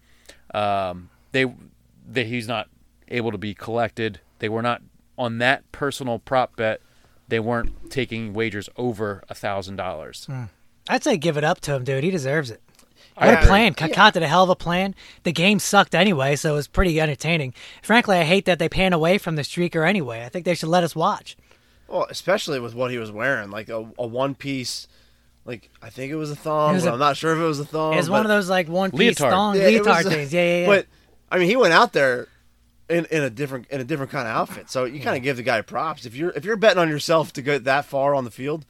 Speaker 2: Um, they that he's not able to be collected. They were not on that personal prop bet. They weren't taking wagers over a thousand dollars.
Speaker 1: Hmm. I'd say give it up to him, dude. He deserves it.
Speaker 2: I
Speaker 1: What a
Speaker 2: agree.
Speaker 1: plan. Concocted a hell of a plan. The game sucked anyway, so it was pretty entertaining. Frankly, I hate that they pan away from the streaker anyway. I think they should let us watch.
Speaker 3: Well, especially with what he was wearing, like a, a one piece, like I think it was a thong.
Speaker 1: It was
Speaker 3: but
Speaker 1: a-
Speaker 3: I'm not sure if it was a thong.
Speaker 1: It's
Speaker 3: but-
Speaker 1: one of those like one piece
Speaker 2: Oh, Leotard.
Speaker 1: thong
Speaker 3: it
Speaker 1: leotard
Speaker 3: was- uh,
Speaker 1: things. Yeah, yeah, yeah.
Speaker 3: But I mean, he went out there in, in a different in a different kind of outfit. So you kind of give the guy props if you're if you're betting on yourself to go that far on the field.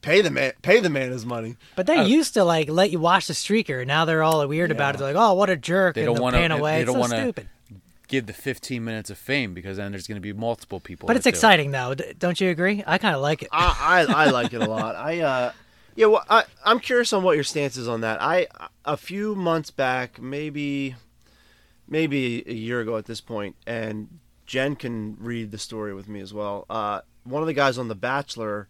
Speaker 3: Pay the man. Pay the man his money.
Speaker 1: But they used to like let you watch the streaker. Now they're all weird about it. They're like, "Oh, what a jerk!"
Speaker 2: They
Speaker 1: and
Speaker 2: don't
Speaker 1: they'll
Speaker 2: wanna-
Speaker 1: pan
Speaker 2: they-
Speaker 1: away.
Speaker 2: they
Speaker 1: it's
Speaker 2: don't
Speaker 1: so
Speaker 2: wanna
Speaker 1: stupid.
Speaker 2: Give the 15 minutes of fame because then there's going to be multiple people.
Speaker 1: But
Speaker 2: that
Speaker 1: it's
Speaker 2: do it.
Speaker 1: exciting though, D- don't you agree? I kind of like it.
Speaker 3: I, I, I like it a lot. I uh, yeah. Well, I I'm curious on what your stance is on that. I a few months back, maybe, maybe a year ago at this point, and Jen can read the story with me as well. Uh, one of the guys on The Bachelor,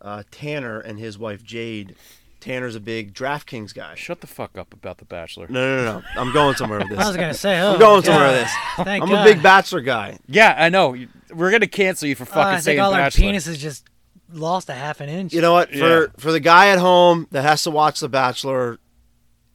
Speaker 3: uh, Tanner and his wife Jade. Tanner's a big DraftKings guy.
Speaker 2: Shut the fuck up about The Bachelor.
Speaker 3: No, no, no. no. I'm going somewhere with this.
Speaker 1: I was gonna say, oh,
Speaker 3: I'm going somewhere
Speaker 1: God.
Speaker 3: with this.
Speaker 1: Thank
Speaker 3: I'm
Speaker 1: God.
Speaker 3: a big Bachelor guy.
Speaker 2: Yeah, I know. You- We're going to cancel you for
Speaker 1: Oh,
Speaker 2: fucking
Speaker 1: I
Speaker 2: saying
Speaker 1: think all our
Speaker 2: Bachelor.
Speaker 1: penises just lost a half an inch.
Speaker 3: You know what? For
Speaker 2: Yeah.
Speaker 3: for the guy at home that has to watch The Bachelor,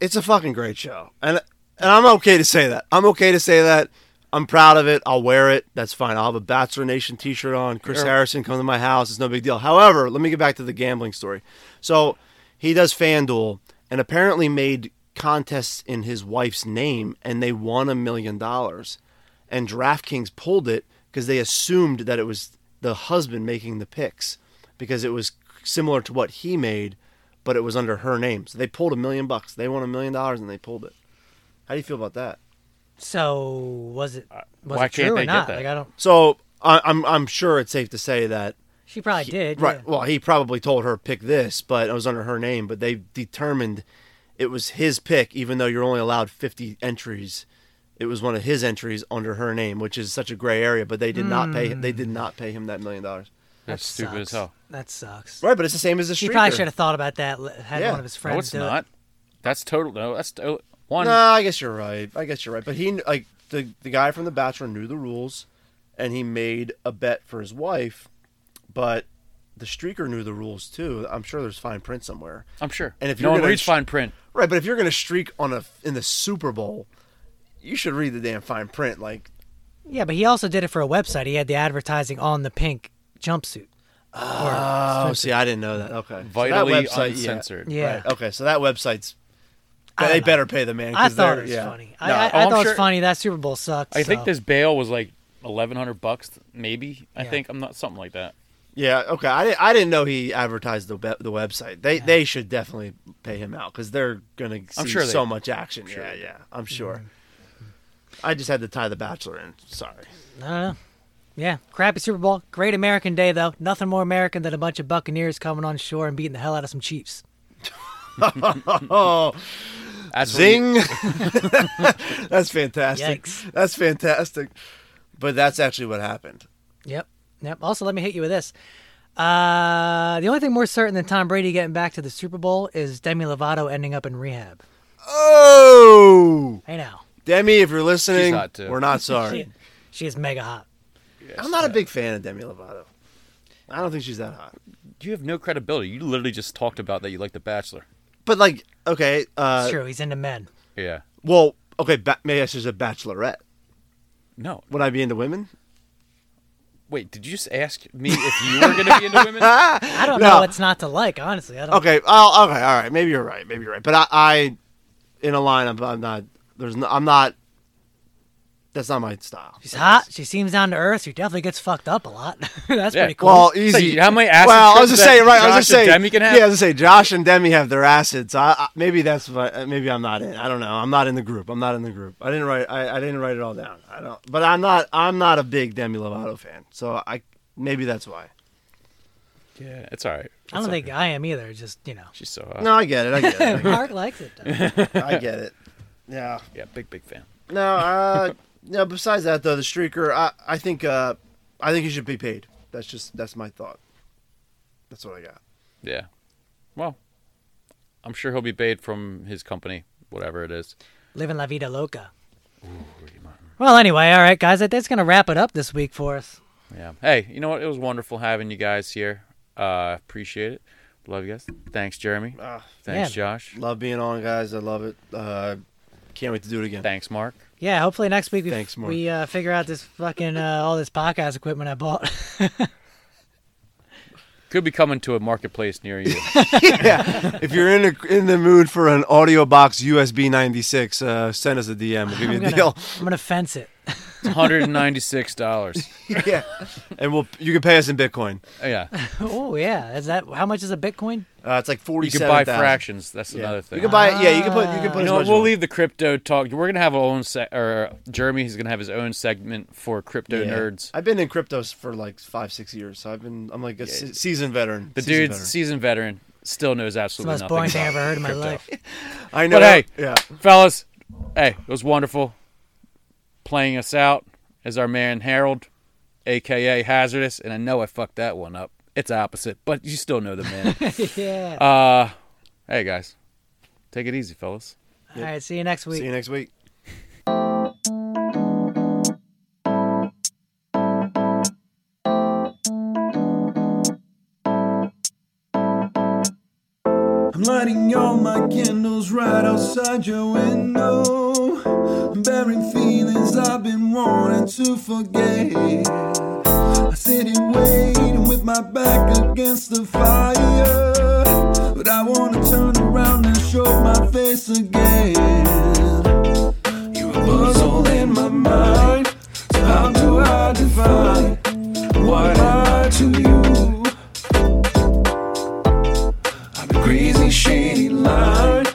Speaker 3: it's a fucking great show, and and I'm okay to say that. I'm okay to say that. I'm proud of it. I'll wear it. That's fine. I'll have a Bachelor Nation T-shirt on. Chris Harrison come to my house. It's no big deal. However, let me get back to the gambling story. So he does FanDuel and apparently made contests in his wife's name, and they won a million dollars. And DraftKings pulled it because they assumed that it was the husband making the picks because it was similar to what he made, but it was under her name. So they pulled a million bucks. They won a million dollars and they pulled it. How do you feel about that?
Speaker 1: So was it was
Speaker 2: Uh, why
Speaker 1: it true
Speaker 2: can't
Speaker 1: or
Speaker 2: they get
Speaker 1: not?
Speaker 2: that?
Speaker 1: Like I don't.
Speaker 3: So I, I'm I'm sure it's safe to say that
Speaker 1: She probably did.
Speaker 3: right.
Speaker 1: yeah.
Speaker 3: Well, he probably told her pick this, but it was under her name. But they determined it was his pick, even though you're only allowed 50 entries. It was one of his entries under her name, which is such a gray area. But they did not pay.
Speaker 1: Hmm.
Speaker 3: They did not pay him that million dollars.
Speaker 2: That's stupid as
Speaker 1: sucks.
Speaker 2: hell.
Speaker 1: That sucks.
Speaker 3: Right, but it's the same as the
Speaker 1: She
Speaker 3: streaker.
Speaker 1: probably should have thought about that. l- Had
Speaker 3: Yeah.
Speaker 1: one of his friends
Speaker 2: No, it's
Speaker 1: do
Speaker 2: not.
Speaker 1: it.
Speaker 2: That's total. No, that's to- one.
Speaker 3: No, I guess you're right. I guess you're right. But he like the the guy from The Bachelor knew the rules, and he made a bet for his wife, but the streaker knew the rules too. I'm sure there's fine print somewhere.
Speaker 2: I'm sure.
Speaker 3: And if
Speaker 2: no
Speaker 3: you're
Speaker 2: one
Speaker 3: gonna
Speaker 2: reads
Speaker 3: sh-
Speaker 2: fine print,
Speaker 3: Right, but if you're gonna streak on a in the Super Bowl, you should read the damn fine print. Like,
Speaker 1: Yeah, but he also did it for a website. He had the advertising on the pink jumpsuit. Oh,
Speaker 3: oh, see, I didn't know that. Okay,
Speaker 2: vitally
Speaker 3: so that website,
Speaker 2: uncensored.
Speaker 1: yeah.
Speaker 3: Yeah. Right, okay, so that website's.
Speaker 1: I don't
Speaker 3: They
Speaker 1: know.
Speaker 3: better pay the man.
Speaker 1: I
Speaker 3: 'cause
Speaker 1: thought
Speaker 3: they're-
Speaker 1: it was
Speaker 3: yeah.
Speaker 1: funny.
Speaker 3: No,
Speaker 1: I, I, I
Speaker 2: oh, I'm
Speaker 1: thought it was
Speaker 2: sure-
Speaker 1: funny. That Super Bowl sucks.
Speaker 2: I think
Speaker 1: so.
Speaker 2: this bail was like 1100 bucks, maybe. I
Speaker 1: Yeah.
Speaker 2: think I'm not something like that.
Speaker 3: Yeah. Okay. I didn't. I didn't know he advertised the web, the website. They they should definitely pay him out because they're gonna see
Speaker 2: sure they- Mm-hmm.
Speaker 3: so much action. Yeah. Yeah. I'm sure. I just had to tie the Bachelor in. Sorry.
Speaker 1: I don't know. Yeah, crappy Super Bowl. Great American Day though. Nothing more American than a bunch of Buccaneers coming on shore and beating the hell out of some Chiefs.
Speaker 2: Mm-hmm.
Speaker 3: Oh,
Speaker 2: That's when you-
Speaker 3: zing! that's fantastic.
Speaker 1: Yikes.
Speaker 3: That's fantastic. But that's actually what happened.
Speaker 1: Yep. Yep. Also, let me hit you with this. Uh, the only thing more certain than Tom Brady getting back to the Super Bowl is Demi Lovato ending up in rehab.
Speaker 3: Oh,
Speaker 1: I know.
Speaker 3: Demi, if you're listening,
Speaker 2: hot, too.
Speaker 3: we're not sorry.
Speaker 1: She, she is mega hot.
Speaker 3: I'm not a big fan of Demi Lovato. I don't think she's that hot.
Speaker 2: you have no credibility. You literally just talked about that you like The Bachelor.
Speaker 3: But like, okay,
Speaker 1: It's
Speaker 3: uh,
Speaker 1: true. He's into men.
Speaker 2: Yeah.
Speaker 3: well, okay, ba- maybe I should say Bachelorette.
Speaker 2: No.
Speaker 3: Would I be into women?
Speaker 2: Wait, did you just ask me if you were going to be into women?
Speaker 1: I don't
Speaker 3: No.
Speaker 1: know what's not to like. Honestly, I don't.
Speaker 3: Okay. Oh, okay. All right. Maybe you're right. Maybe you're right. But I, I in a lineup, I'm not. There's. No, I'm not. That's not my style.
Speaker 1: She's hot. She seems down to earth. She definitely gets fucked up a lot. That's
Speaker 2: Yeah.
Speaker 1: pretty cool.
Speaker 3: Well,
Speaker 2: So
Speaker 3: easy.
Speaker 2: you- how many acid
Speaker 3: Well, I was
Speaker 2: trips
Speaker 3: just saying.
Speaker 2: that
Speaker 3: Right. I
Speaker 2: Josh
Speaker 3: was just
Speaker 2: and
Speaker 3: saying.
Speaker 2: Demi can have?
Speaker 3: Yeah. I was just saying. Josh and Demi have their acids. I, I maybe that's what. uh, Maybe I'm not in. I don't know. I'm not in the group. I'm not in the group. I didn't write. I, I didn't write it all down. I don't. But I'm not. I'm not a big Demi Lovato fan. So I. Maybe that's why.
Speaker 2: yeah, it's all right.
Speaker 1: I don't think I am either. Just you know,
Speaker 2: She's so uh, hot.
Speaker 3: No, I get it. I get it.
Speaker 1: Mark likes it. Though.
Speaker 3: I get it. Yeah.
Speaker 2: Yeah, big, big fan.
Speaker 3: No, uh, No, besides that though, the streaker, I, I think uh, I think he should be paid. That's just that's my thought. That's what I got.
Speaker 2: Yeah. Well, I'm sure he'll be paid from his company, whatever it is.
Speaker 1: Living La Vida Loca. Well, anyway, all right, guys, that- that's going to wrap it up this week for us.
Speaker 2: Yeah. Hey, you know what? It was wonderful having you guys here. Uh, appreciate it. Love you guys. Thanks, Jeremy.
Speaker 3: Ah.
Speaker 2: Thanks,
Speaker 1: Yeah.
Speaker 2: Josh.
Speaker 3: Love being on, guys. I love it. Uh, can't wait to do it again.
Speaker 2: Thanks, Mark.
Speaker 1: Yeah, hopefully next week we,
Speaker 3: Thanks, Mark.
Speaker 1: we uh, figure out this fucking uh, all this podcast equipment I bought.
Speaker 2: Could be coming to a marketplace near you.
Speaker 3: yeah, if you're in a, in the mood for an audio box USB 96, uh, send us a DM. We'll give you
Speaker 1: I'm
Speaker 3: a
Speaker 1: gonna,
Speaker 3: deal.
Speaker 1: I'm gonna fence it.
Speaker 2: $196.
Speaker 3: yeah, and we'll you can pay us in Bitcoin.
Speaker 2: Yeah.
Speaker 1: Oh yeah, is that how much is a Bitcoin?
Speaker 3: Uh, it's like forty.
Speaker 2: You can buy fractions. That's
Speaker 3: Yeah.
Speaker 2: another thing.
Speaker 3: You can buy. Yeah, you can put. You can put.
Speaker 2: You
Speaker 3: as
Speaker 2: know,
Speaker 3: much
Speaker 2: what,
Speaker 3: as
Speaker 2: we'll
Speaker 3: want.
Speaker 2: leave the crypto talk. We're gonna have our own se- or Jeremy is gonna have his own segment for crypto
Speaker 3: Yeah.
Speaker 2: nerds.
Speaker 3: I've been in cryptos for like five, six years, so I've been. I'm like a se- seasoned veteran.
Speaker 2: The
Speaker 3: seasoned
Speaker 2: dude's seasoned veteran still knows
Speaker 1: It's the
Speaker 2: absolutely
Speaker 1: most
Speaker 2: nothing.
Speaker 1: boring thing I
Speaker 2: about
Speaker 1: ever heard in my
Speaker 2: crypto.
Speaker 1: life.
Speaker 3: veteran. I know.
Speaker 2: But hey.
Speaker 3: yeah.
Speaker 2: Fellas, hey, it was wonderful. Playing us out is our man Harold, aka Hazardous, and I know I fucked that one up. It's opposite, but you still know the man.
Speaker 1: yeah.
Speaker 2: uh, hey guys, take it easy, fellas.
Speaker 1: all right. See you next week.
Speaker 3: See you next week.
Speaker 5: I'm lighting all my candles right outside your window. I'm burying feelings I've been wanting to forget. I sit here waiting with my back against the fire. But I wanna turn around and show my face again. You're a puzzle in my mind. So how do I define what I to you? I'm a crazy, shady line.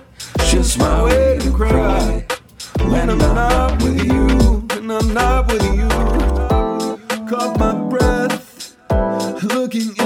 Speaker 5: Just my way to cry when I'm not with you. When I'm not with you, caught my breath, looking